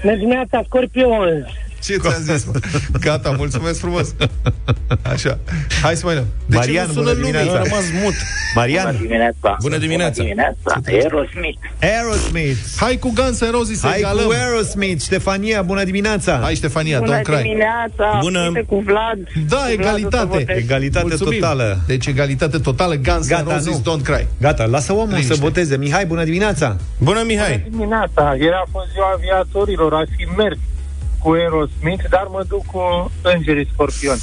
Bună dimineața, Scorpions! Ce ți-am zis, mă? Gata, mulțumesc frumos. Așa. Hai să mai luăm. De Marian, ce nu sună bună lumea? dimineața. Eu am rămas mut. Marian, dimineața. Bună dimineața. dimineața. Aerosmith. Aerosmith. Hai cu Guns N' Roses să Hai egalăm. cu Aerosmith, Ștefania, bună dimineața! Hai, Ștefania, Bună don't cry. dimineața, Bună. uite da, cu Vlad. Cu Da, Vlad o să egalitate. votez. Egalitate totală. Deci egalitate totală, Guns N' Gata, Roses, nu. don't cry. Gata, lasă omul Liniște. să voteze. Mihai, bună dimineața! Bună, Mihai! Dimineața, ieri a fost ziua aviatorilor, aș fi mers cu Aerosmith, dar mă duc cu Îngerii Scorpion.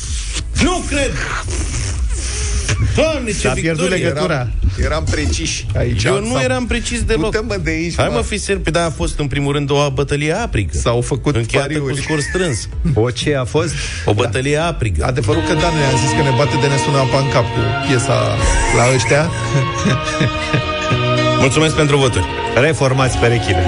Nu cred! Doamne, ce S-a pierdut victorie! legătura. Eram- Eram preciși aici. Eu nu eram precis deloc. Putem, mă, de aici, Hai mă. mă, fi ser, pe da, a fost în primul rând o bătălie aprigă. S-au făcut Încheiată cu pariuri. scor strâns. O, ce a fost? O bătălie aprigă. Adevărul că Dan ne-a zis că ne bate de nesună apa în cap cu piesa la ăștia. Mulțumesc pentru voturi. Reformați perechile.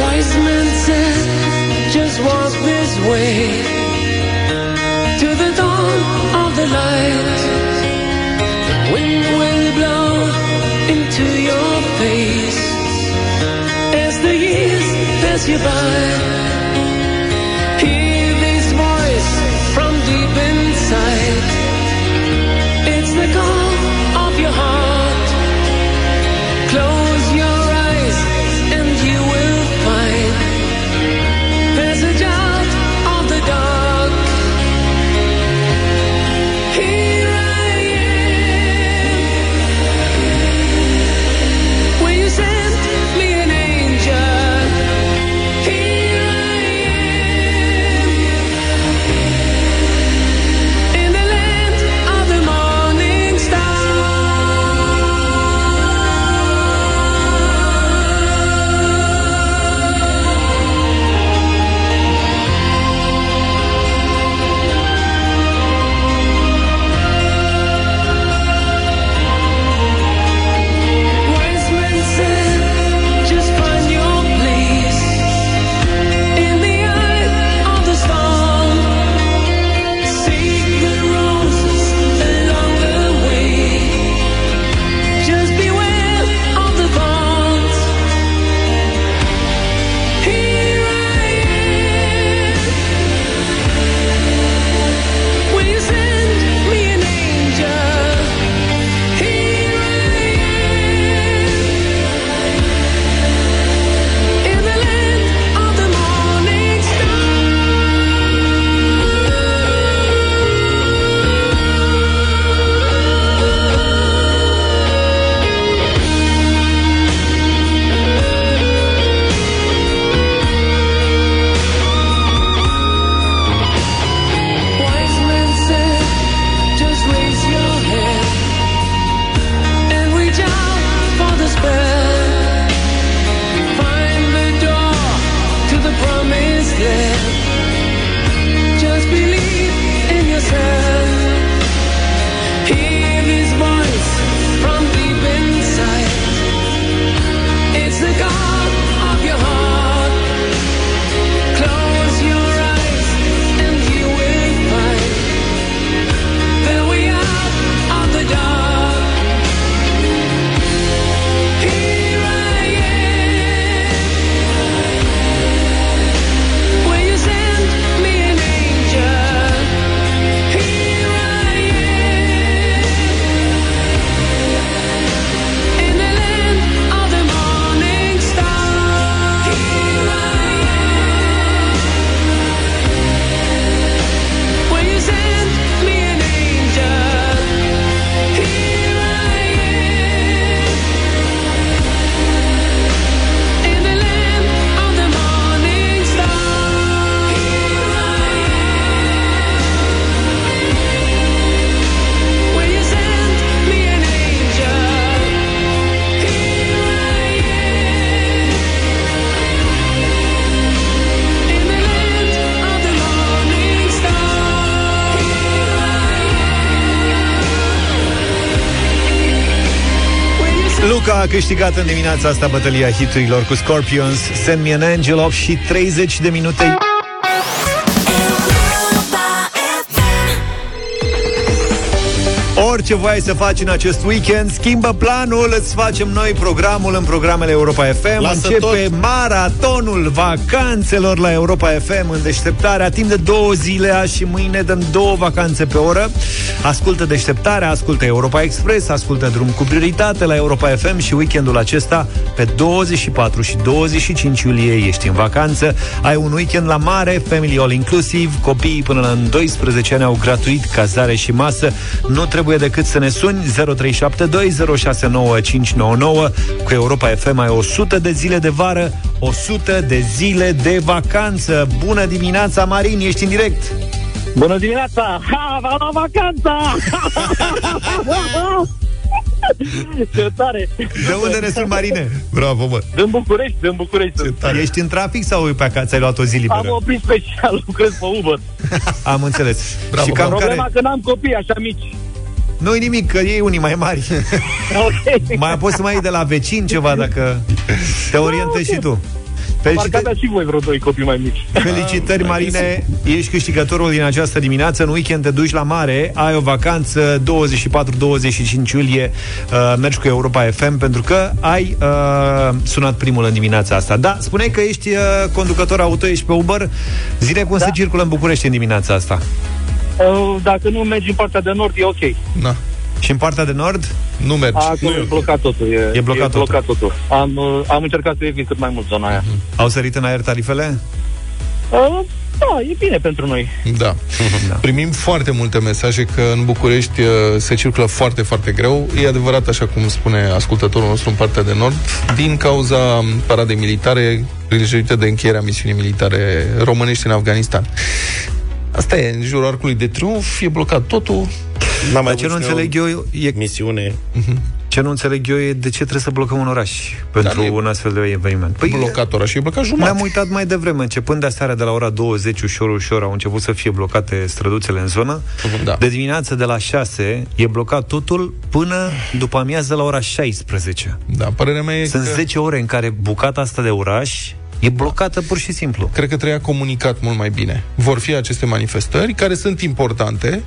Wise men said, just walk this way to the dawn of the light. The wind will blow into your face as the years pass you by. Hear this voice from deep inside. It's the call of your heart. Close your eyes and you will find passage out of the dark. Here I am. Will you send me an angel? Here Luca a câștigat în dimineața asta bătălia hiturilor cu Scorpions, Send Me an Angel 8 și 30 de minute. Orice voiai să faci în acest weekend, schimbă planul, îți facem noi programul în programele Europa FM. Lasă Începe tot. maratonul vacanțelor la Europa FM în deșteptarea. Timp de două zile azi și mâine dăm două vacanțe pe oră. Ascultă deșteptarea, ascultă Europa Express, ascultă drum cu prioritate la Europa FM și weekendul acesta pe 24 și 25 iulie ești în vacanță. Ai un weekend la mare, Family All Inclusive, copiii până la în 12 ani au gratuit cazare și masă. Nu trebuie decât să ne suni 0372069599. Cu Europa FM ai 100 de zile de vară, 100 de zile de vacanță. Bună dimineața, Marin, ești în direct. Bună dimineața! Ha, v-am luat vacanța! Ce tare! De unde ne sunt, Marine? Bravo, mă. Din București, din București. sunt. Ești în trafic sau e pe acasă, ai luat o zi Am liberă? oprit special, lucrez pe Uber. Am înțeles. Bravo, și cam bravo. care... Problema că n-am copii așa mici. Nu-i nimic, că ei unii mai mari. Ok. mai poți să mai iei de la vecin ceva dacă te orientezi și tu. Parcă Felicitări, aveați și voi vreo doi copii mai mici. felicitări Marine, ești câștigătorul din această dimineață. În weekend te duci la mare, ai o vacanță 24-25 iulie, uh, mergi cu Europa FM pentru că ai uh, sunat primul în dimineața asta. Da, spuneai că ești uh, conducător auto, ești pe Uber. Zile cum da. se circulă în București în dimineața asta. Uh, Dacă nu mergi în partea de nord, e ok. Na, Și în partea de nord? nu mergi. Acolo e blocat totul. E, E blocat e blocat totul. Am, uh, am încercat să evit cât mai mult zona aia. Au sărit în aer tarifele? Uh, Da, e bine pentru noi. Da. Da. da. Primim foarte multe mesaje că în București uh, se circulă foarte, foarte greu. E adevărat, așa cum spune ascultătorul nostru în partea de nord, din cauza um, paradei militare prilejuită de încheierea misiunii militare românești în Afganistan. Asta e, în jurul arcului de triunf, e blocat totul. Dar N-am avut ce nu și eu înțeleg eu e Misiune. Ce nu înțeleg eu e de ce trebuie să blocăm un oraș pentru nu e un astfel de eveniment. Păi blocat orașul, și e blocat jumătate. ne-am uitat mai devreme, începând de aseară de la ora 20, ușor, ușor, au început să fie blocate străduțele în zonă. Da. De dimineață de la 6 e blocat totul până după amiază la ora 16. Da, părerea mea e Sunt că... 10 ore în care bucata asta de oraș e blocată pur și simplu. cred că trebuia comunicat mult mai bine. Vor fi aceste manifestări, care sunt importante,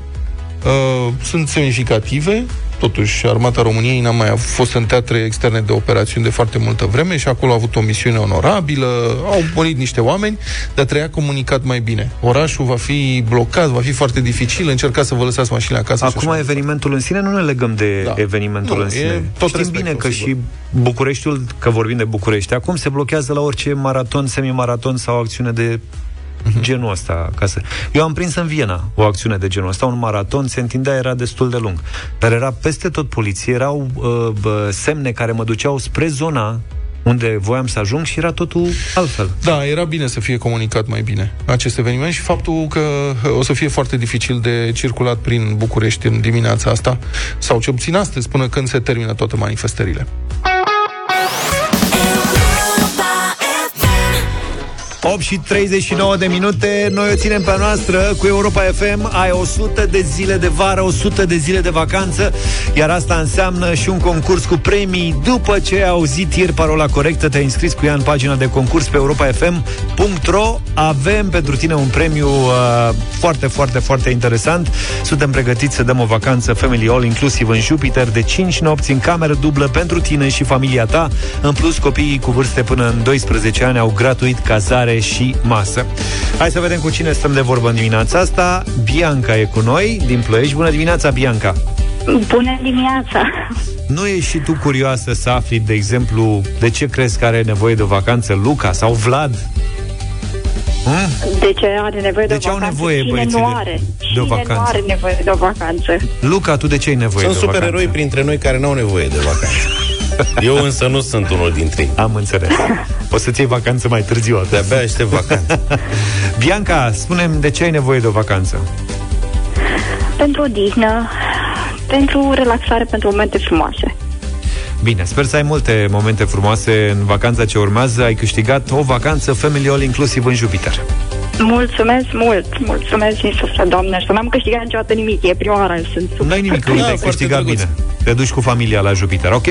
uh, sunt semnificative, totuși Armata României n-a mai av- fost în teatre externe de operațiuni de foarte multă vreme și acolo a avut o misiune onorabilă, au murit niște oameni, dar trebuia comunicat mai bine. Orașul va fi blocat, va fi foarte dificil, încercați să vă lăsați mașinile acasă. și Acum așa. evenimentul în sine nu ne legăm de da. Da. evenimentul Nu, în e sine. tot Știm respectul, bine că sigur. și Bucureștiul, că vorbim de București, acum se blochează la orice maraton, semimaraton sau acțiune de Mhm. genul ăsta acasă. Eu am prins în Viena o acțiune de genul ăsta, un maraton, se întindea, era destul de lung. Dar era peste tot poliție, erau uh, bă, semne care mă duceau spre zona unde voiam să ajung și era totul altfel. Da, era bine să fie comunicat mai bine acest eveniment și faptul că uh, o să fie foarte dificil de circulat prin București în dimineața asta, sau ce puțin astăzi, până când se termină toate manifestările. 8 și 39 de minute, noi o ținem pe a noastră cu Europa FM. Ai 100 de zile de vară, 100 de zile de vacanță, iar asta înseamnă și un concurs cu premii. După ce ai auzit ieri parola corectă, te-ai înscris cu ea în pagina de concurs pe europafm.ro. Avem pentru tine un premiu uh, foarte, foarte, foarte interesant. Suntem pregătiți să dăm o vacanță Family All inclusiv în Jupiter de 5 nopți în cameră dublă pentru tine și familia ta. În plus, copiii cu vârste până în 12 ani au gratuit cazare și masă. Hai să vedem cu cine stăm de vorbă în dimineața asta. Bianca e cu noi din Ploiești. Bună dimineața, Bianca! Bună dimineața! Nu ești și tu curioasă să afli, de exemplu, de ce crezi că are nevoie de o vacanță Luca sau Vlad? Hm? De ce are nevoie de, De ce o au vacanță? nevoie Cine băieții nu de- are? de o Cine nu vacanță? are nevoie de o vacanță? Luca, tu de ce ai nevoie Sunt de o vacanță? supereroi printre noi care n-au nevoie de vacanță. Eu însă nu sunt unul dintre ei. Am înțeles. O să-ți iei vacanță mai târziu atunci. De-abia aștept vacanță. Bianca, spunem de ce ai nevoie de o vacanță? Pentru odihnă, pentru relaxare, pentru momente frumoase. Bine, sper să ai multe momente frumoase în vacanța ce urmează. Ai câștigat o vacanță Family All inclusiv în Jupiter. Mulțumesc mult, mulțumesc din suflet, doamne, și n-am câștigat niciodată nimic, e prima oară, sunt super. Nu ai nimic, uite, Da, ai foarte câștigat drăguț. bine. Te duci cu familia la Jupiter, ok?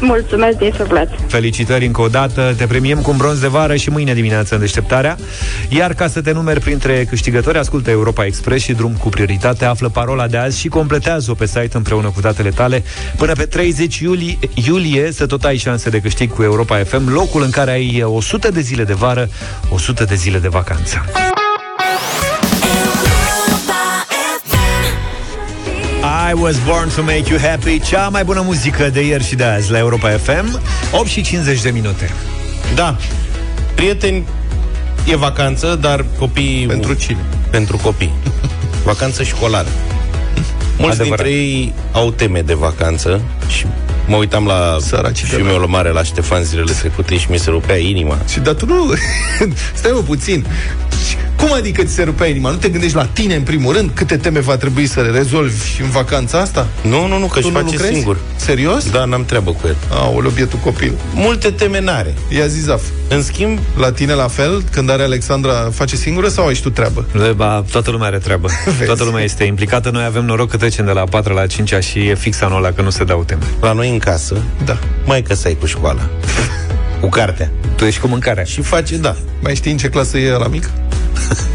Mulțumesc din suflet. Felicitări încă o dată, te premiem cu un bronz de vară și mâine dimineață în deșteptarea. Iar ca să te numeri printre câștigători, ascultă Europa Express și drum cu prioritate, află parola de azi și completează-o pe site împreună cu datele tale. Până pe 30 iulie, iulie să tot ai șanse de câștig cu Europa FM, locul în care ai 100 de zile de vară, 100 de zile de vacanță. I was born to make you happy Cea mai bună muzică de ieri și de azi la Europa FM 8 și 50 de minute Da, prieteni E vacanță, dar copiii... Pentru cine? Pentru copii Vacanță școlară Mulți Adevărat. dintre ei au teme de vacanță Și mă uitam la Fiul meu la mare, la Ștefan zilele trecute Și mi se rupea inima Și dar tu nu... Stai mă puțin. Și Cum adică ți se rupea inima? Nu te gândești la tine în primul rând? Câte teme va trebui să le rezolvi în vacanța asta? Nu, nu, nu, că Tu își nu Păi face lucrezi? singur. Serios? Da, n-am treabă cu el. Aoleu, bietul copil. Multe teme n-are. Ia zi, Zaf. În schimb... La tine la fel, când are Alexandra, face singură sau ai și tu treabă? Ba, toată lumea are treabă. Toată lumea este implicată. Noi avem noroc că trecem de la 4 la 5 și e fix anul ăla că nu se dau teme. La noi în casă, da. mai că stai cu școala. cu cartea. Tu ești cu mâncarea. Și face, da. Mai știi în ce clasă e la mic?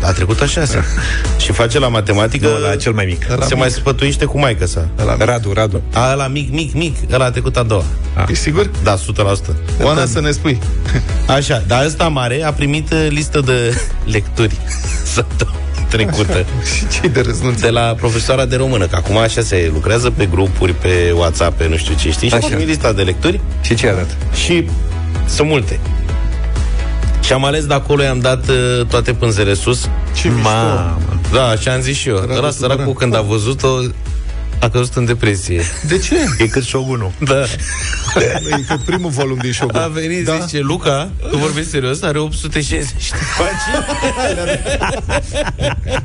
A trecut așa șasea. și face la matematică... Nu, la cel mai mic. Se mai spătuiește cu maică sa. Radu, Radu. A, la mic, mic, mic. Ăla a trecut a doua. A. E sigur? Da, 100%. Oana, să ne spui. Așa, dar ăsta mare a primit uh, listă de lecturi săptămâna trecută. și ce de râs, De la profesoara de română, că acum așa se lucrează pe grupuri, pe WhatsApp, pe nu știu ce, știi? Și a Așa. primit lista de lecturi Și ce a dat? și sunt multe. Și am ales de acolo, i-am dat uh, toate pânzele sus. Ce Mamă. Da, și am zis și eu. Ăla săracul când a văzut-o, a căzut în depresie. De ce? E cât șogunul. Da. E că primul volum din show. A venit, da. zice, Luca, tu vorbești serios, are 860 de pagini.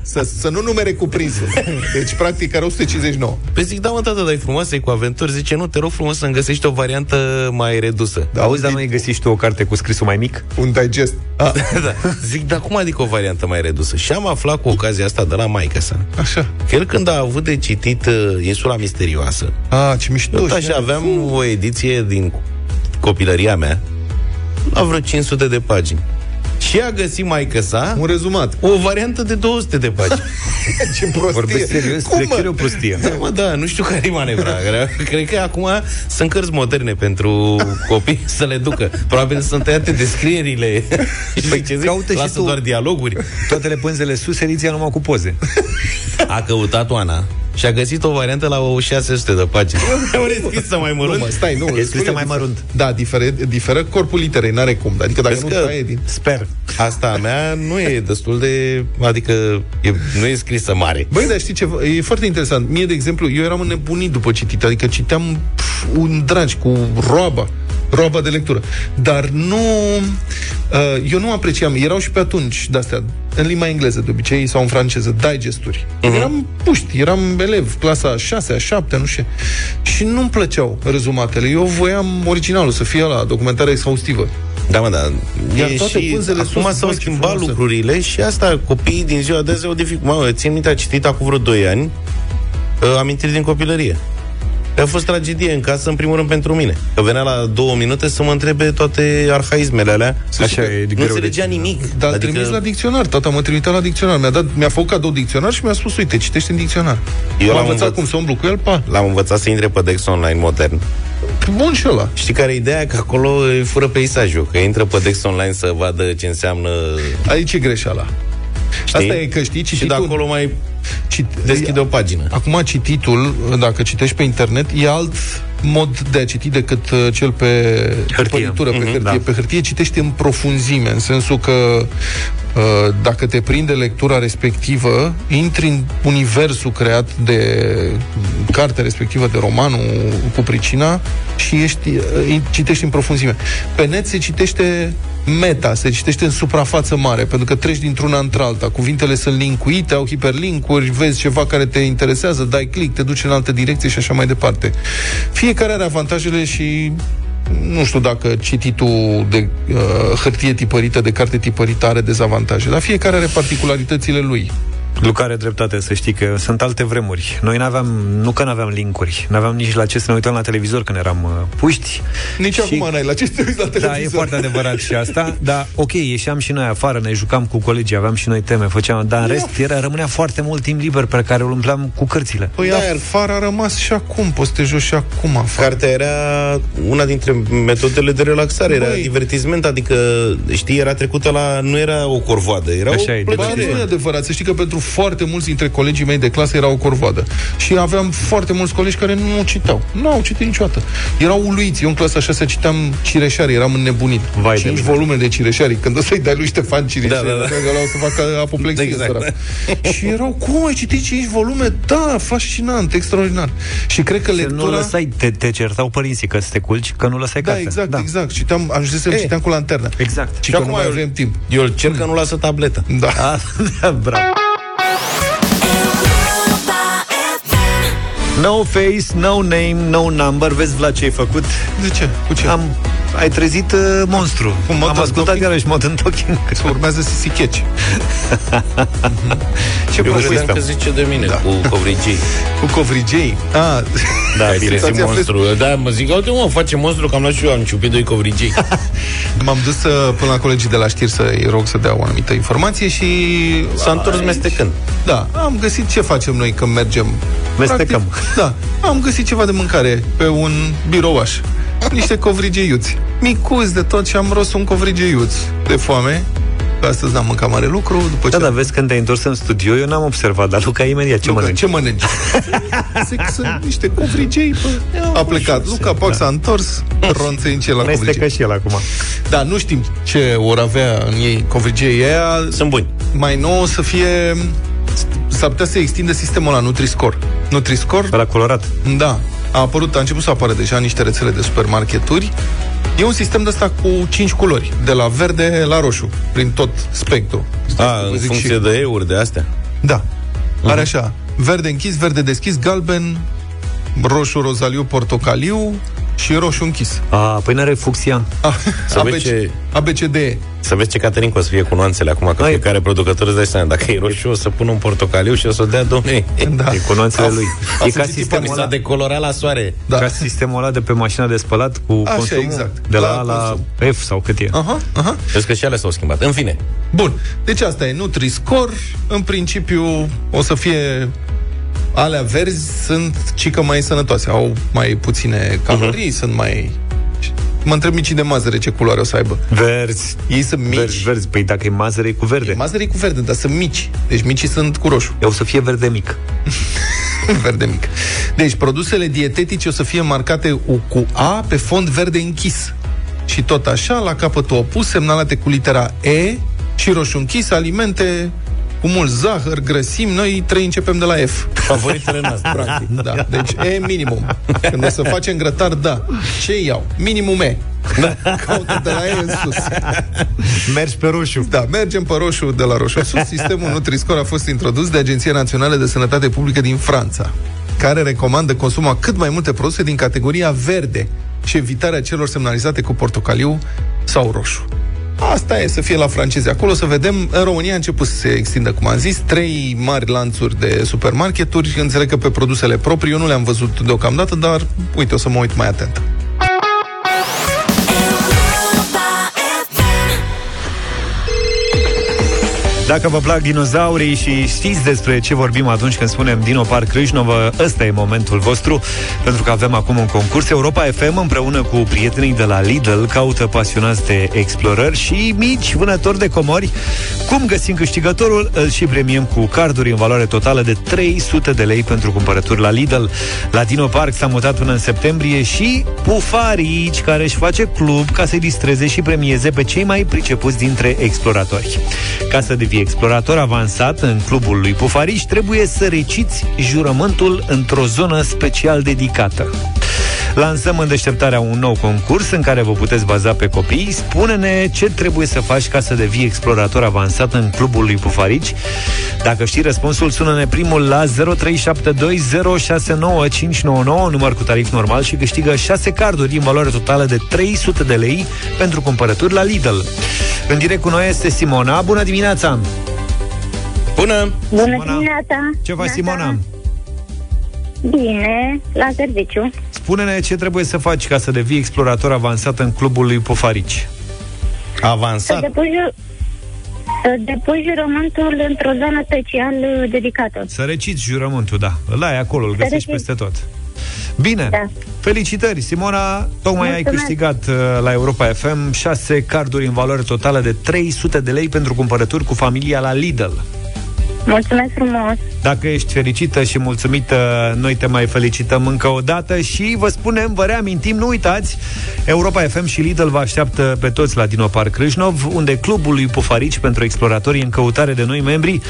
Să, să nu numere cuprinsul. Deci, practic, are 159. Păi zic, da mă, tată, dar e frumoasă, e cu aventuri. Zice, nu, te rog frumos să-mi găsești o variantă mai redusă. Da, Auzi, dar nu ai găsit tu o carte cu scrisul mai mic? Un digest. Da, da. Zic, dar cum adică o variantă mai redusă? Și am aflat cu ocazia asta de la maica sa. Așa. Că el când a avut de citit uh, Insula Misterioasă, A, ce mișto. tot așa aveam o ediție din copilăria mea, la vreo 500 de pagini. Și a găsit maica sa Un rezumat. o variantă de 200 de pagini. Ce prostie. Vorbesc serios, Cum, de chiar e o mă? prostie. Da, mă, da, nu știu care e manevra. Cred că acum sunt cărți moderne pentru copii să le ducă. Probabil sunt tăiate descrierile. Păi ce zic? caută și Lasă tu. doar dialoguri. Toate pânzele sus, ediția numai cu poze. A căutat Oana și a găsit o variantă la o 600 de pagini. Am deschis să mai Nu, mărunt. mă, stai, nu. E spune scrisă mai diferit. mărunt. Da, diferă, diferă corpul literei, n-are cum. Adică dacă Vezi nu că- taie din... Sper. Asta a mea nu e destul de... Adică e, nu e scrisă mare. Băi, dar știi ce? E foarte interesant. Mie, de exemplu, eu eram înnebunit după citit. Adică citeam pf, un dragi cu roaba. Roaba de lectură. Dar nu... Uh, eu nu apreciam. Erau și pe atunci de-astea, în limba engleză de obicei, sau în franceză, digesturi. Uh-huh. Eram puști, eram elev, clasa 6, 7, nu știu. Și nu-mi plăceau rezumatele. Eu voiam originalul să fie la documentare exhaustivă. Da, mă, da. Iar E toate și pânzele acum sus, s-au bă, ce schimbat frumoase. lucrurile și asta, copiii din ziua de azi au dificultate. Mă, eu țin minte, a citit acum vreo 2 ani uh, amintiri din copilărie. A fost tragedie în casă, în primul rând, pentru mine. Că venea la două minute să mă întrebe toate arhaismele alea. Așa e nu greu de înțelegea nimic. Dar adică... trimis la dicționar. Tata m-a trimitat la dicționar. Mi-a, dat, mi-a făcut cadou dicționar și mi-a spus, uite, citește în dicționar. Eu Eu am l-am învățat învăț- cum să umblu cu el, pa. L-am învățat să intre pe Dex Online modern. Bun și ăla. Știi care e ideea? Că acolo îi fură peisajul. Că intră pe Dex Online să vadă ce înseamnă... Aici e greșeala. Știi? Asta e că știi, Și de cititul... acolo mai Cit... deschide o pagină. Acum cititul, dacă citești pe internet, e alt mod de a citi decât uh, cel pe Hârtie. pe, păritură, pe Mhm, hârtie. da. Pe hârtie citești în profunzime, în sensul că uh, dacă te prinde lectura respectivă, intri în universul creat de cartea respectivă, de romanul cu pricina și ești, uh, citești în profunzime. Pe net se citește meta, se citește în suprafață mare, pentru că treci dintr-una într-alta. Cuvintele sunt linkuite, au hiperlinkuri, vezi ceva care te interesează, dai click, te duci în altă direcție și așa mai departe. Fiecare are avantajele și nu știu dacă cititul de uh, hârtie tipărită, de carte tipărită are dezavantaje, dar fiecare are particularitățile lui. Lucrare dreptate, să știi că sunt alte vremuri. Noi n-aveam, nu că n-aveam linkuri, n-aveam nici la ce să ne uităm la televizor când eram uh, puști. Nici și... acum n-ai la ce să te uiți la Da, e televizor. foarte adevărat și asta, dar ok, ieșeam și noi afară, ne jucam cu colegii, aveam și noi teme, făceam, dar în rest era, rămânea foarte mult timp liber pe care îl umpleam cu cărțile. Păi da, afară a rămas și acum, poți să te joci și acum afară. Cartea era una dintre metodele de relaxare, era Băi. divertisment, adică, știi, era trecută la... Nu era o corvoadă, era o Ba, nu e plăcere. adevărat. Să știi că pentru foarte mulți dintre colegii mei de clasă era o corvoadă. Și aveam foarte mulți colegi care nu citau. Nu au citit niciodată. Erau uluiți. Eu în clasa 6 citeam Cireșari, eram înnebunit. Vai Cinci volume de Cireșari. Când o să-i dai lui Ștefan Cireșari, Da, da, da. că o să facă apoplexie. Exact, sărac. și erau, cum ai citit 5 volume? Da, fascinant, extraordinar. Și cred că Nu lectura... lăsai, te, te certau părinții că să te culci, că nu lăsai Da, cartea. exact, da. exact. Citeam, am zis să E. citeam cu lanterna. Exact. Și, și acum mai avem timp. Hmm. Eu îl cer că nu lasă tableta. Da. A, da, bravo. No face, no name, no number Vezi, Vlad, ce ai făcut? De ce? Cu ce? Am, ai trezit uh, monstru Cu Modern Am ascultat Talking? iarăși Modern Talking Să urmează Sisi Catch. Ce Eu povestea? credeam că zice de mine da. cu covrigii. Cu covrigei. Ah, Da, Ai bine, senzația sunt monstru. Da, mă zic, uite mă, face monstru că am luat și eu, am ciupit doi covrigii. M-am dus uh, până la colegii de la știri să-i rog să dea o anumită informație și... S-a întors Aici. mestecând. Da, am găsit ce facem noi când mergem. Mestecăm. Practic, da, am găsit ceva de mâncare pe un birouaș. Niște covrigeiuți. Micuți de tot și am rost un covrigeiuț de foame. Că Astăzi n-am mâncat mare lucru, după ce... Da, da, vezi, când te-ai întors în studio Eu n-am observat, dar Luca imediat ce Luca, mănânci Ce mănânci? Zic, sunt niște covrigei, bă. A plecat. Luca da. Pax s-a întors, ronțeince la Mai este covrigei. ca și el acum Da, nu știm ce ori avea în ei covrigei aia. Sunt buni. Mai nou o să fie... S-ar putea să extindă sistemul la Nutri-Score. Nutri-Score, Pe la colorat da, a apărut, a început să apară deja niște rețele de supermarketuri. E un sistem de ăsta cu 5 culori, de la verde la roșu, prin tot spectru. A, în Zic funcție Mhm. și- de euri, de astea. Da. Are așa, verde închis, verde deschis, galben, roșu, rozaliu, portocaliu și roșu închis. A, păi n-are fucsia A, Să vezi ce- ABCD. Să vezi ce Caterinco o să fie cu nuanțele acum, că Ai. fiecare producător îți dai seama, dacă e roșu, o să pună un portocaliu și o să o dea domnului. Da. E cu nuanțele lui E ca simțit sistemul S-a ăla decolorat la soare. Da. Ca sistemul ăla de pe mașina de spălat cu Așa, consumul exact. Ah. De la, La A la F sau cât e Aha, aha. Vezi că și alea s-au schimbat. În fine, Bun, deci asta e Nutri-Score. În principiu o să fie alea verzi sunt cică mai sănătoase, au mai puține calorii, uh-huh. sunt mai... Mă întreb micii de mazăre ce culoare o să aibă. Verzi Ei sunt mici. Verzi, verzi Păi dacă e mazăre, e cu verde Mazăre e cu verde, dar sunt mici. Deci micii sunt cu roșu, Eu o să fie verde mic verde mic. Deci produsele dietetice o să fie marcate u- cu A pe fond verde închis. Și tot așa, la capătul opus, semnalate cu litera E și roșu închis, alimente cu mult zahăr, grăsimi, noi trei începem de la F. favoritele noastre. practic. Da. Deci e minimum. Când o să facem grătar, da. Ce iau? Minimum E. Da. Caută de la E în sus. Mergi pe roșu Da, mergem pe roșu de la roșu sus. Sistemul Nutri-Score a fost introdus de Agenția Națională de Sănătate Publică din Franța, care recomandă consumul a cât mai multe produse din categoria verde și evitarea celor semnalizate cu portocaliu sau roșu. Asta e, să fie la francezi acolo, să vedem. În România a început să se extindă, cum am zis, trei mari lanțuri de supermarketuri. Înțeleg că pe produsele proprii eu nu le-am văzut deocamdată, dar uite, o să mă uit mai atent. Dacă vă plac dinozaurii și știți despre ce vorbim atunci când spunem Dino Park Crâșnovă, ăsta e momentul vostru, pentru că avem acum un concurs. Europa FM împreună cu prietenii de la Lidl caută pasionați de explorări și mici vânători de comori. Cum găsim câștigătorul? Îl și premiem cu carduri în valoare totală de 300 de lei pentru cumpărături la Lidl. La Dino Park s-a mutat până în septembrie și Pufarici, care își face club ca să-i distreze și premieze pe cei mai pricepuți dintre exploratori. Ca să devii explorator avansat în clubul lui Pufarici, trebuie să reciți jurământul într-o zonă special dedicată. Lansăm în deșteptarea un nou concurs în care vă puteți baza pe copii. Spune-ne ce trebuie să faci ca să devii explorator avansat în clubul lui Pufarici. Dacă știi răspunsul, sună-ne primul la 0372069599, număr cu tarif normal și câștigă 6 carduri în valoare totală de 300 de lei pentru cumpărături la Lidl. În direct cu noi este Simona. Bună dimineața! Bună! Bună dimineața! Ce faci, da. Simona? Bine, la serviciu. Spune-ne ce trebuie să faci ca să devii explorator avansat în clubul lui Pofarici. Da. Să Avansat. depui, ju- să depui jurământul într-o zonă special uh, dedicată. Să reciți jurământul, da. Îl ai acolo, îl Să găsești recit. peste tot. Bine, Da. felicitări, Simona, tocmai ai Mulțumesc. câștigat uh, la Europa FM 6 carduri în valoare totală de 300 de lei pentru cumpărături cu familia la Lidl. Mulțumesc frumos! Dacă ești fericită și mulțumită, noi te mai felicităm încă o dată și vă spunem, vă reamintim, nu uitați, Europa FM și Lidl vă așteaptă pe toți la Dino Park Râșnov, unde clubul lui Pufarici pentru exploratorii în căutare de noi membri.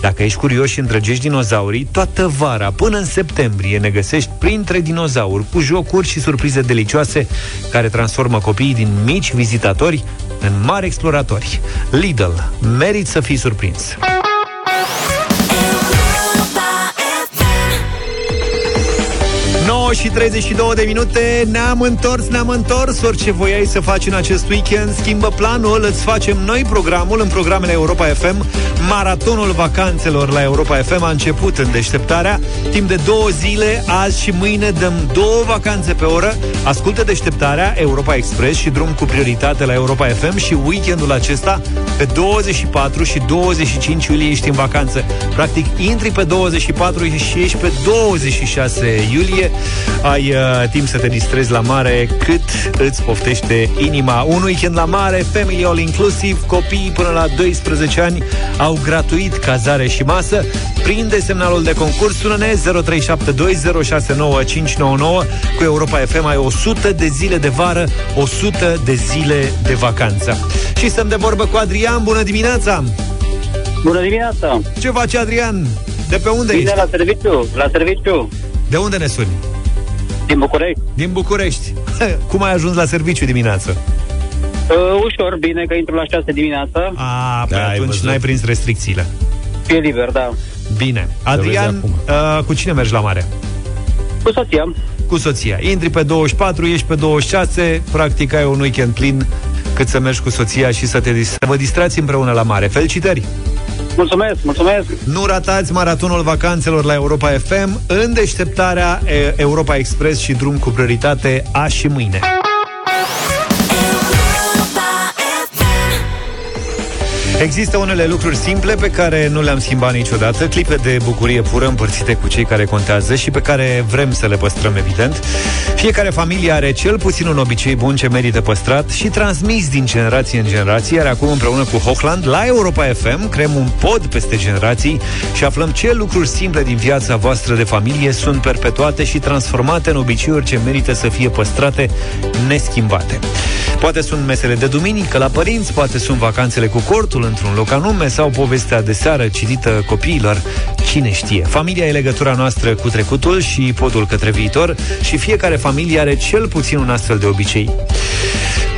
Dacă ești curios și îndrăgești dinozaurii, toată vara până în septembrie ne găsești printre dinozauri cu jocuri și surprize delicioase care transformă copiii din mici vizitatori în mari exploratori. Lidl, merit să fii surprins! Europa FM 9 și 32 de minute, ne-am întors, ne-am întors, orice voiai să faci în acest weekend, schimbă planul, îți facem noi programul în programele Europa FM. Maratonul vacanțelor la Europa FM a început în deșteptarea. Timp de două zile, azi și mâine dăm două vacanțe pe oră. Ascultă deșteptarea Europa Express și drum cu prioritate la Europa FM și weekendul acesta pe 24 și 25 iulie ești în vacanță. Practic intri pe 24 și ești pe 26 iulie. Ai uh, timp să te distrezi la mare cât îți poftește inima. Un weekend la mare, family all inclusiv, copiii până la 12 ani au gratuit cazare și masă. Prinde semnalul de concurs, sună-ne 0372069599. Cu Europa FM ai 100 de zile de vară, 100 de zile de vacanță. Și stăm de vorbă cu Adrian, bună dimineața! Bună dimineața! Ce faci, Adrian? De pe unde Bine, ești? la serviciu, la serviciu, De unde ne suni? din București. Din București. Cum ai ajuns la serviciu dimineață? Uh, ușor, bine că intru la 6 dimineața. A, Pe atunci n-ai prins restricțiile. E liber, da. Bine. vezi Adrian, uh, cu cine mergi la mare? Cu soția. Cu soția. Intri pe 24, ești pe 26, practic ai un weekend plin cât să mergi cu soția și să te dis- să vă distrați împreună la mare. Felicitări! Mulțumesc, mulțumesc! Nu ratați maratonul vacanțelor la Europa FM în deșteptarea e, Europa Express și drum cu prioritate azi și mâine. Există unele lucruri simple pe care nu le-am schimbat niciodată, clipe de bucurie pură împărțite cu cei care contează și pe care vrem să le păstrăm, evident. Fiecare familie are cel puțin un obicei bun ce merită păstrat și transmis din generație în generație, iar acum împreună cu Hochland, la Europa FM, creăm un pod peste generații și aflăm ce lucruri simple din viața voastră de familie sunt perpetuate și transformate în obiceiuri ce merită să fie păstrate, neschimbate. Poate sunt mesele de duminică la părinți, poate sunt vacanțele cu cortul într-un loc anume sau povestea de seară citită copiilor, cine știe. Familia e legătura noastră cu trecutul și podul către viitor și fiecare familie are cel puțin un astfel de obicei.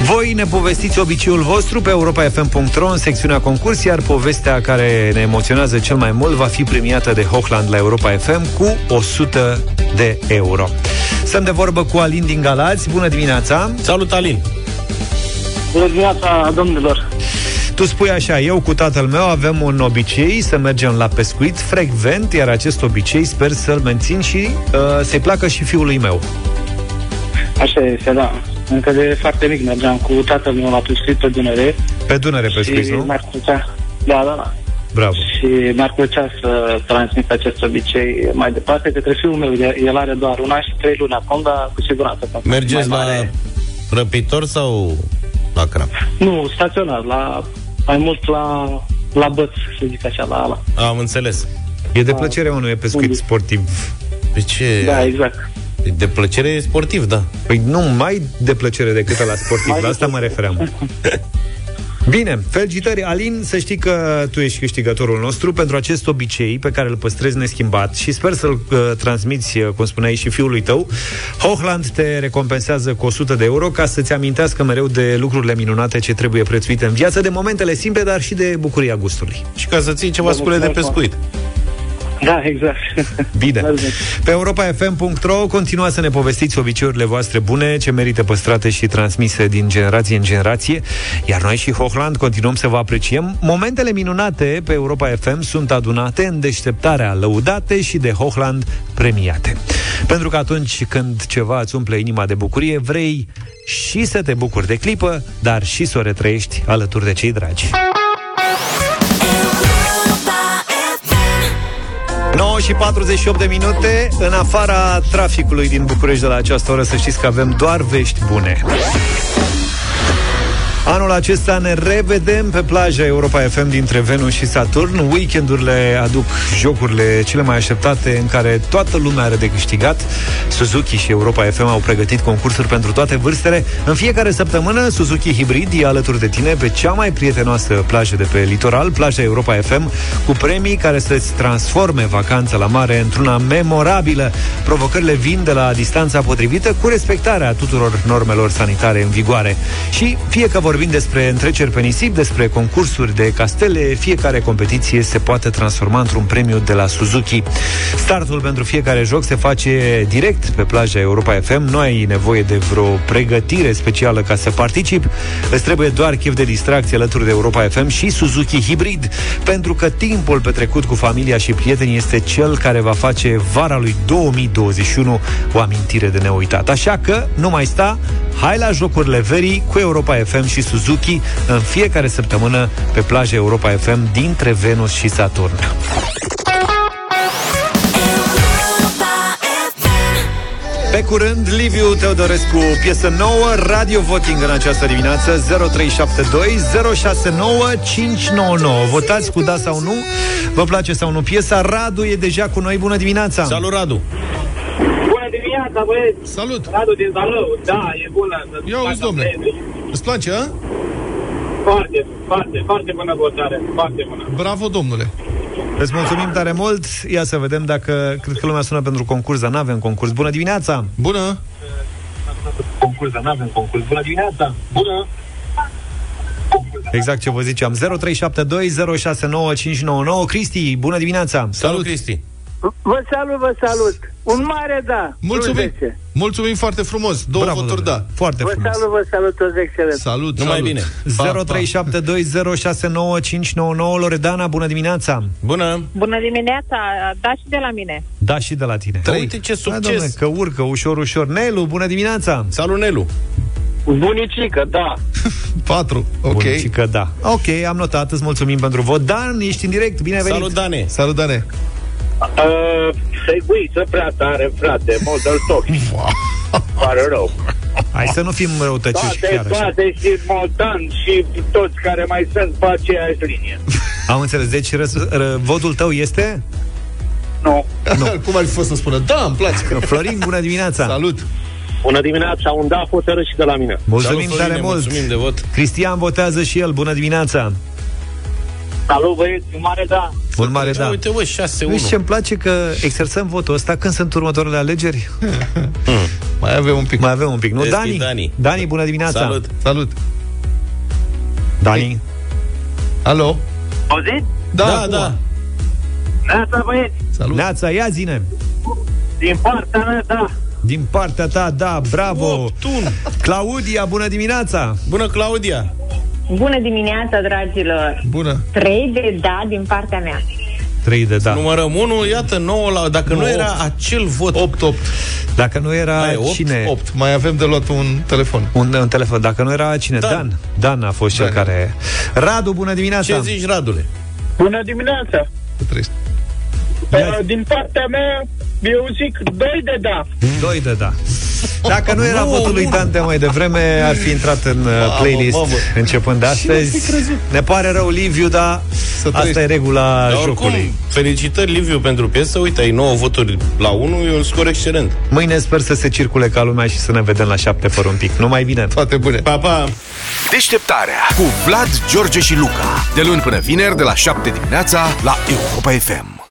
Voi ne povestiți obiceiul vostru pe europa.fm.ro în secțiunea concurs, iar povestea care ne emoționează cel mai mult va fi premiată de Hochland la Europa FM cu 100 de euro. Stăm de vorbă cu Alin din Galați. Bună dimineața! Salut, Alin! Bună dimineața, domnilor! Tu spui așa, eu cu tatăl meu avem un obicei să mergem la pescuit frecvent, iar acest obicei sper să-l mențin și uh, să-i placă și fiului meu. Așa este, da. Încă de foarte mic mergeam cu tatăl meu la pescuit pe Dunăre. Pe Dunăre pescuit, și nu? mi-ar plăcea, da, da, da. Bravo. Și mi-ar plăcea să transmit acest obicei mai departe către fiul meu. El are doar un an și trei luni acum, dar cu siguranță. poate fi Mergeți mai la răpitor sau la crap? Nu, staționar, la, mai mult la, la băț, să zic așa, la ala. Am înțeles. E de plăcere unui pescuit sportiv. Pe ce? Da, exact. De plăcere e sportiv, da. Păi nu mai de plăcere decât la sportiv, la asta mă refeream. Bine, felicitări, Alin, să știi că tu ești câștigătorul nostru pentru acest obicei pe care îl păstrezi neschimbat și sper să-l uh, transmiți, uh, cum spuneai, și fiului tău. Hochland te recompensează cu 100 de euro ca să-ți amintească mereu de lucrurile minunate ce trebuie prețuite în viață, de momentele simple, dar și de bucuria gustului. Și ca să ții ceva Vă scule de mulțumesc, pescuit. Da, exact. Bine. Pe europafm.ro continuați să ne povestiți obiceiurile voastre bune, ce merită păstrate și transmise din generație în generație, iar noi și Hochland continuăm să vă apreciem. Momentele minunate pe Europa FM sunt adunate în deșteptarea lăudate și de Hochland premiate. Pentru că atunci când ceva îți umple inima de bucurie, vrei și să te bucuri de clipă, dar și să o retrăiești alături de cei dragi. 9 și 48 de minute În afara traficului din București de la această oră Să știți că avem doar vești bune Anul acesta ne revedem pe plaja Europa FM dintre Venus și Saturn. Weekendurile aduc jocurile cele mai așteptate în care toată lumea are de câștigat. Suzuki și Europa FM au pregătit concursuri pentru toate vârstele. În fiecare săptămână, Suzuki Hybrid e alături de tine pe cea mai prietenoasă plajă de pe litoral, plaja Europa FM, cu premii care să-ți transforme vacanța la mare într-una memorabilă. Provocările vin de la distanța potrivită cu respectarea tuturor normelor sanitare în vigoare. Și fie că vorbim despre întreceri pe nisip, despre concursuri de castele, fiecare competiție se poate transforma într-un premiu de la Suzuki. Startul pentru fiecare joc se face direct pe plaja Europa FM. Nu ai nevoie de vreo pregătire specială ca să participi. Îți trebuie doar chef de distracție alături de Europa FM și Suzuki Hybrid, pentru că timpul petrecut cu familia și prietenii este cel care va face vara lui 2021 o amintire de neuitat. Așa că nu mai sta, hai la jocurile verii cu Europa FM și Suzuki în fiecare săptămână pe plaja Europa FM dintre Venus și Saturn. Pe curând, Liviu Teodorescu, piesă nouă, Radio Voting în această dimineață, 0372 069 599. Votați cu da sau nu, vă place sau nu piesa, Radu e deja cu noi, bună dimineața! Salut, Radu! Bună dimineața, băieți! Salut! Radu din Zalău, da, e bună. Ia uzi, domne. Îți place, a? Foarte, foarte, foarte bună votare, foarte bună. Bravo, domnule! Îți mulțumim tare mult, ia să vedem dacă, cred că lumea sună pentru concurs, dar n-avem concurs. Bună dimineața! Bună! da, Concurs, dar n-avem concurs. Bună dimineața! Bună! Exact ce vă ziceam, 0372069599. Cristi, bună dimineața! Salut, Cristi! Vă salut, vă salut. Un mare da. Mulțumim! frunzețe. Mulțumim foarte frumos! Două Bravo, voturi, da. Foarte Vă salut, vă salut, toți excelent. Salut, Numai bine. Pa, 0372069599 pa. Loredana, bună dimineața! Bună! Bună dimineața, da și de la mine. Da, și de la tine. Trei. Uite ce succes! domne, Da, că urcă ușor, ușor. Nelu, bună dimineața! Salut, Nelu! Bunicică, da. 4, ok. Bunicică, da. Ok, am notat, îți mulțumim pentru vot. Dan, ești în direct, bine ai venit! Salut, Dane! Salut, Dane! Ă, Uh, Seguiță prea tare, frate, Model Top. Pare rău. Hai să nu fim răutăcioși Da, Toate, chiar așa. toate și Moldan și toți care mai sunt pe aceeași linie. Am înțeles, deci răs, ră, votul tău este? Nu. nu. Cum ar fi fost să spună? Da, îmi place! Florin, bună dimineața! Salut! Bună dimineața, un da hotărât și de la mine. Mulțumim tare mult! de vot! Cristian votează și el, bună dimineața! Salut, băieți, un mare da. Un mare da. Uite, mă, 6-1. Știți ce îmi place că exersăm votul ăsta când sunt următoarele alegeri? Mai avem un pic. Mai avem un pic, nu? Este Dani? Dani. Dani, bună dimineața! Salut. Salut! Dani? Alo? Auziți? Da, da, da. Neața, băieți, Salut. Neața, ia zine! din partea mea, da. Din partea ta, da, bravo! Claudia, bună dimineața! Bună, Claudia! Bună dimineața, dragilor! Bună! Trei de da din partea mea. 3 de da. Numărăm 1, iată, 9 la... Dacă nu era acel vot... 8-8. Dacă nu era Aia e, opt, cine... 8. Mai avem de luat un telefon. Un, un telefon. Dacă nu era cine? Dan. Dan, Dan a fost cel care... Radu, bună dimineața! Da. Ce zici, Radule? Bună dimineața. Uh, din partea mea, eu zic doi de da. Doi de da. Dacă nu era votul lui Dan de mai devreme, ar fi intrat în uh, Mamă, playlist mamă. începând de astăzi. Ne pare rău, Liviu, dar asta e regula Dar oricum, jocului. felicitări, Liviu, pentru piesă. Uite, ai 9 voturi la 1, e un scor excelent. Mâine sper să se circule ca lumea și să ne vedem la șapte fără un pic. Numai bine! Toate bune! Pa, pa! Deșteptarea cu Vlad, George și Luca. De luni până vineri, de la 7 dimineața, la Europa FM.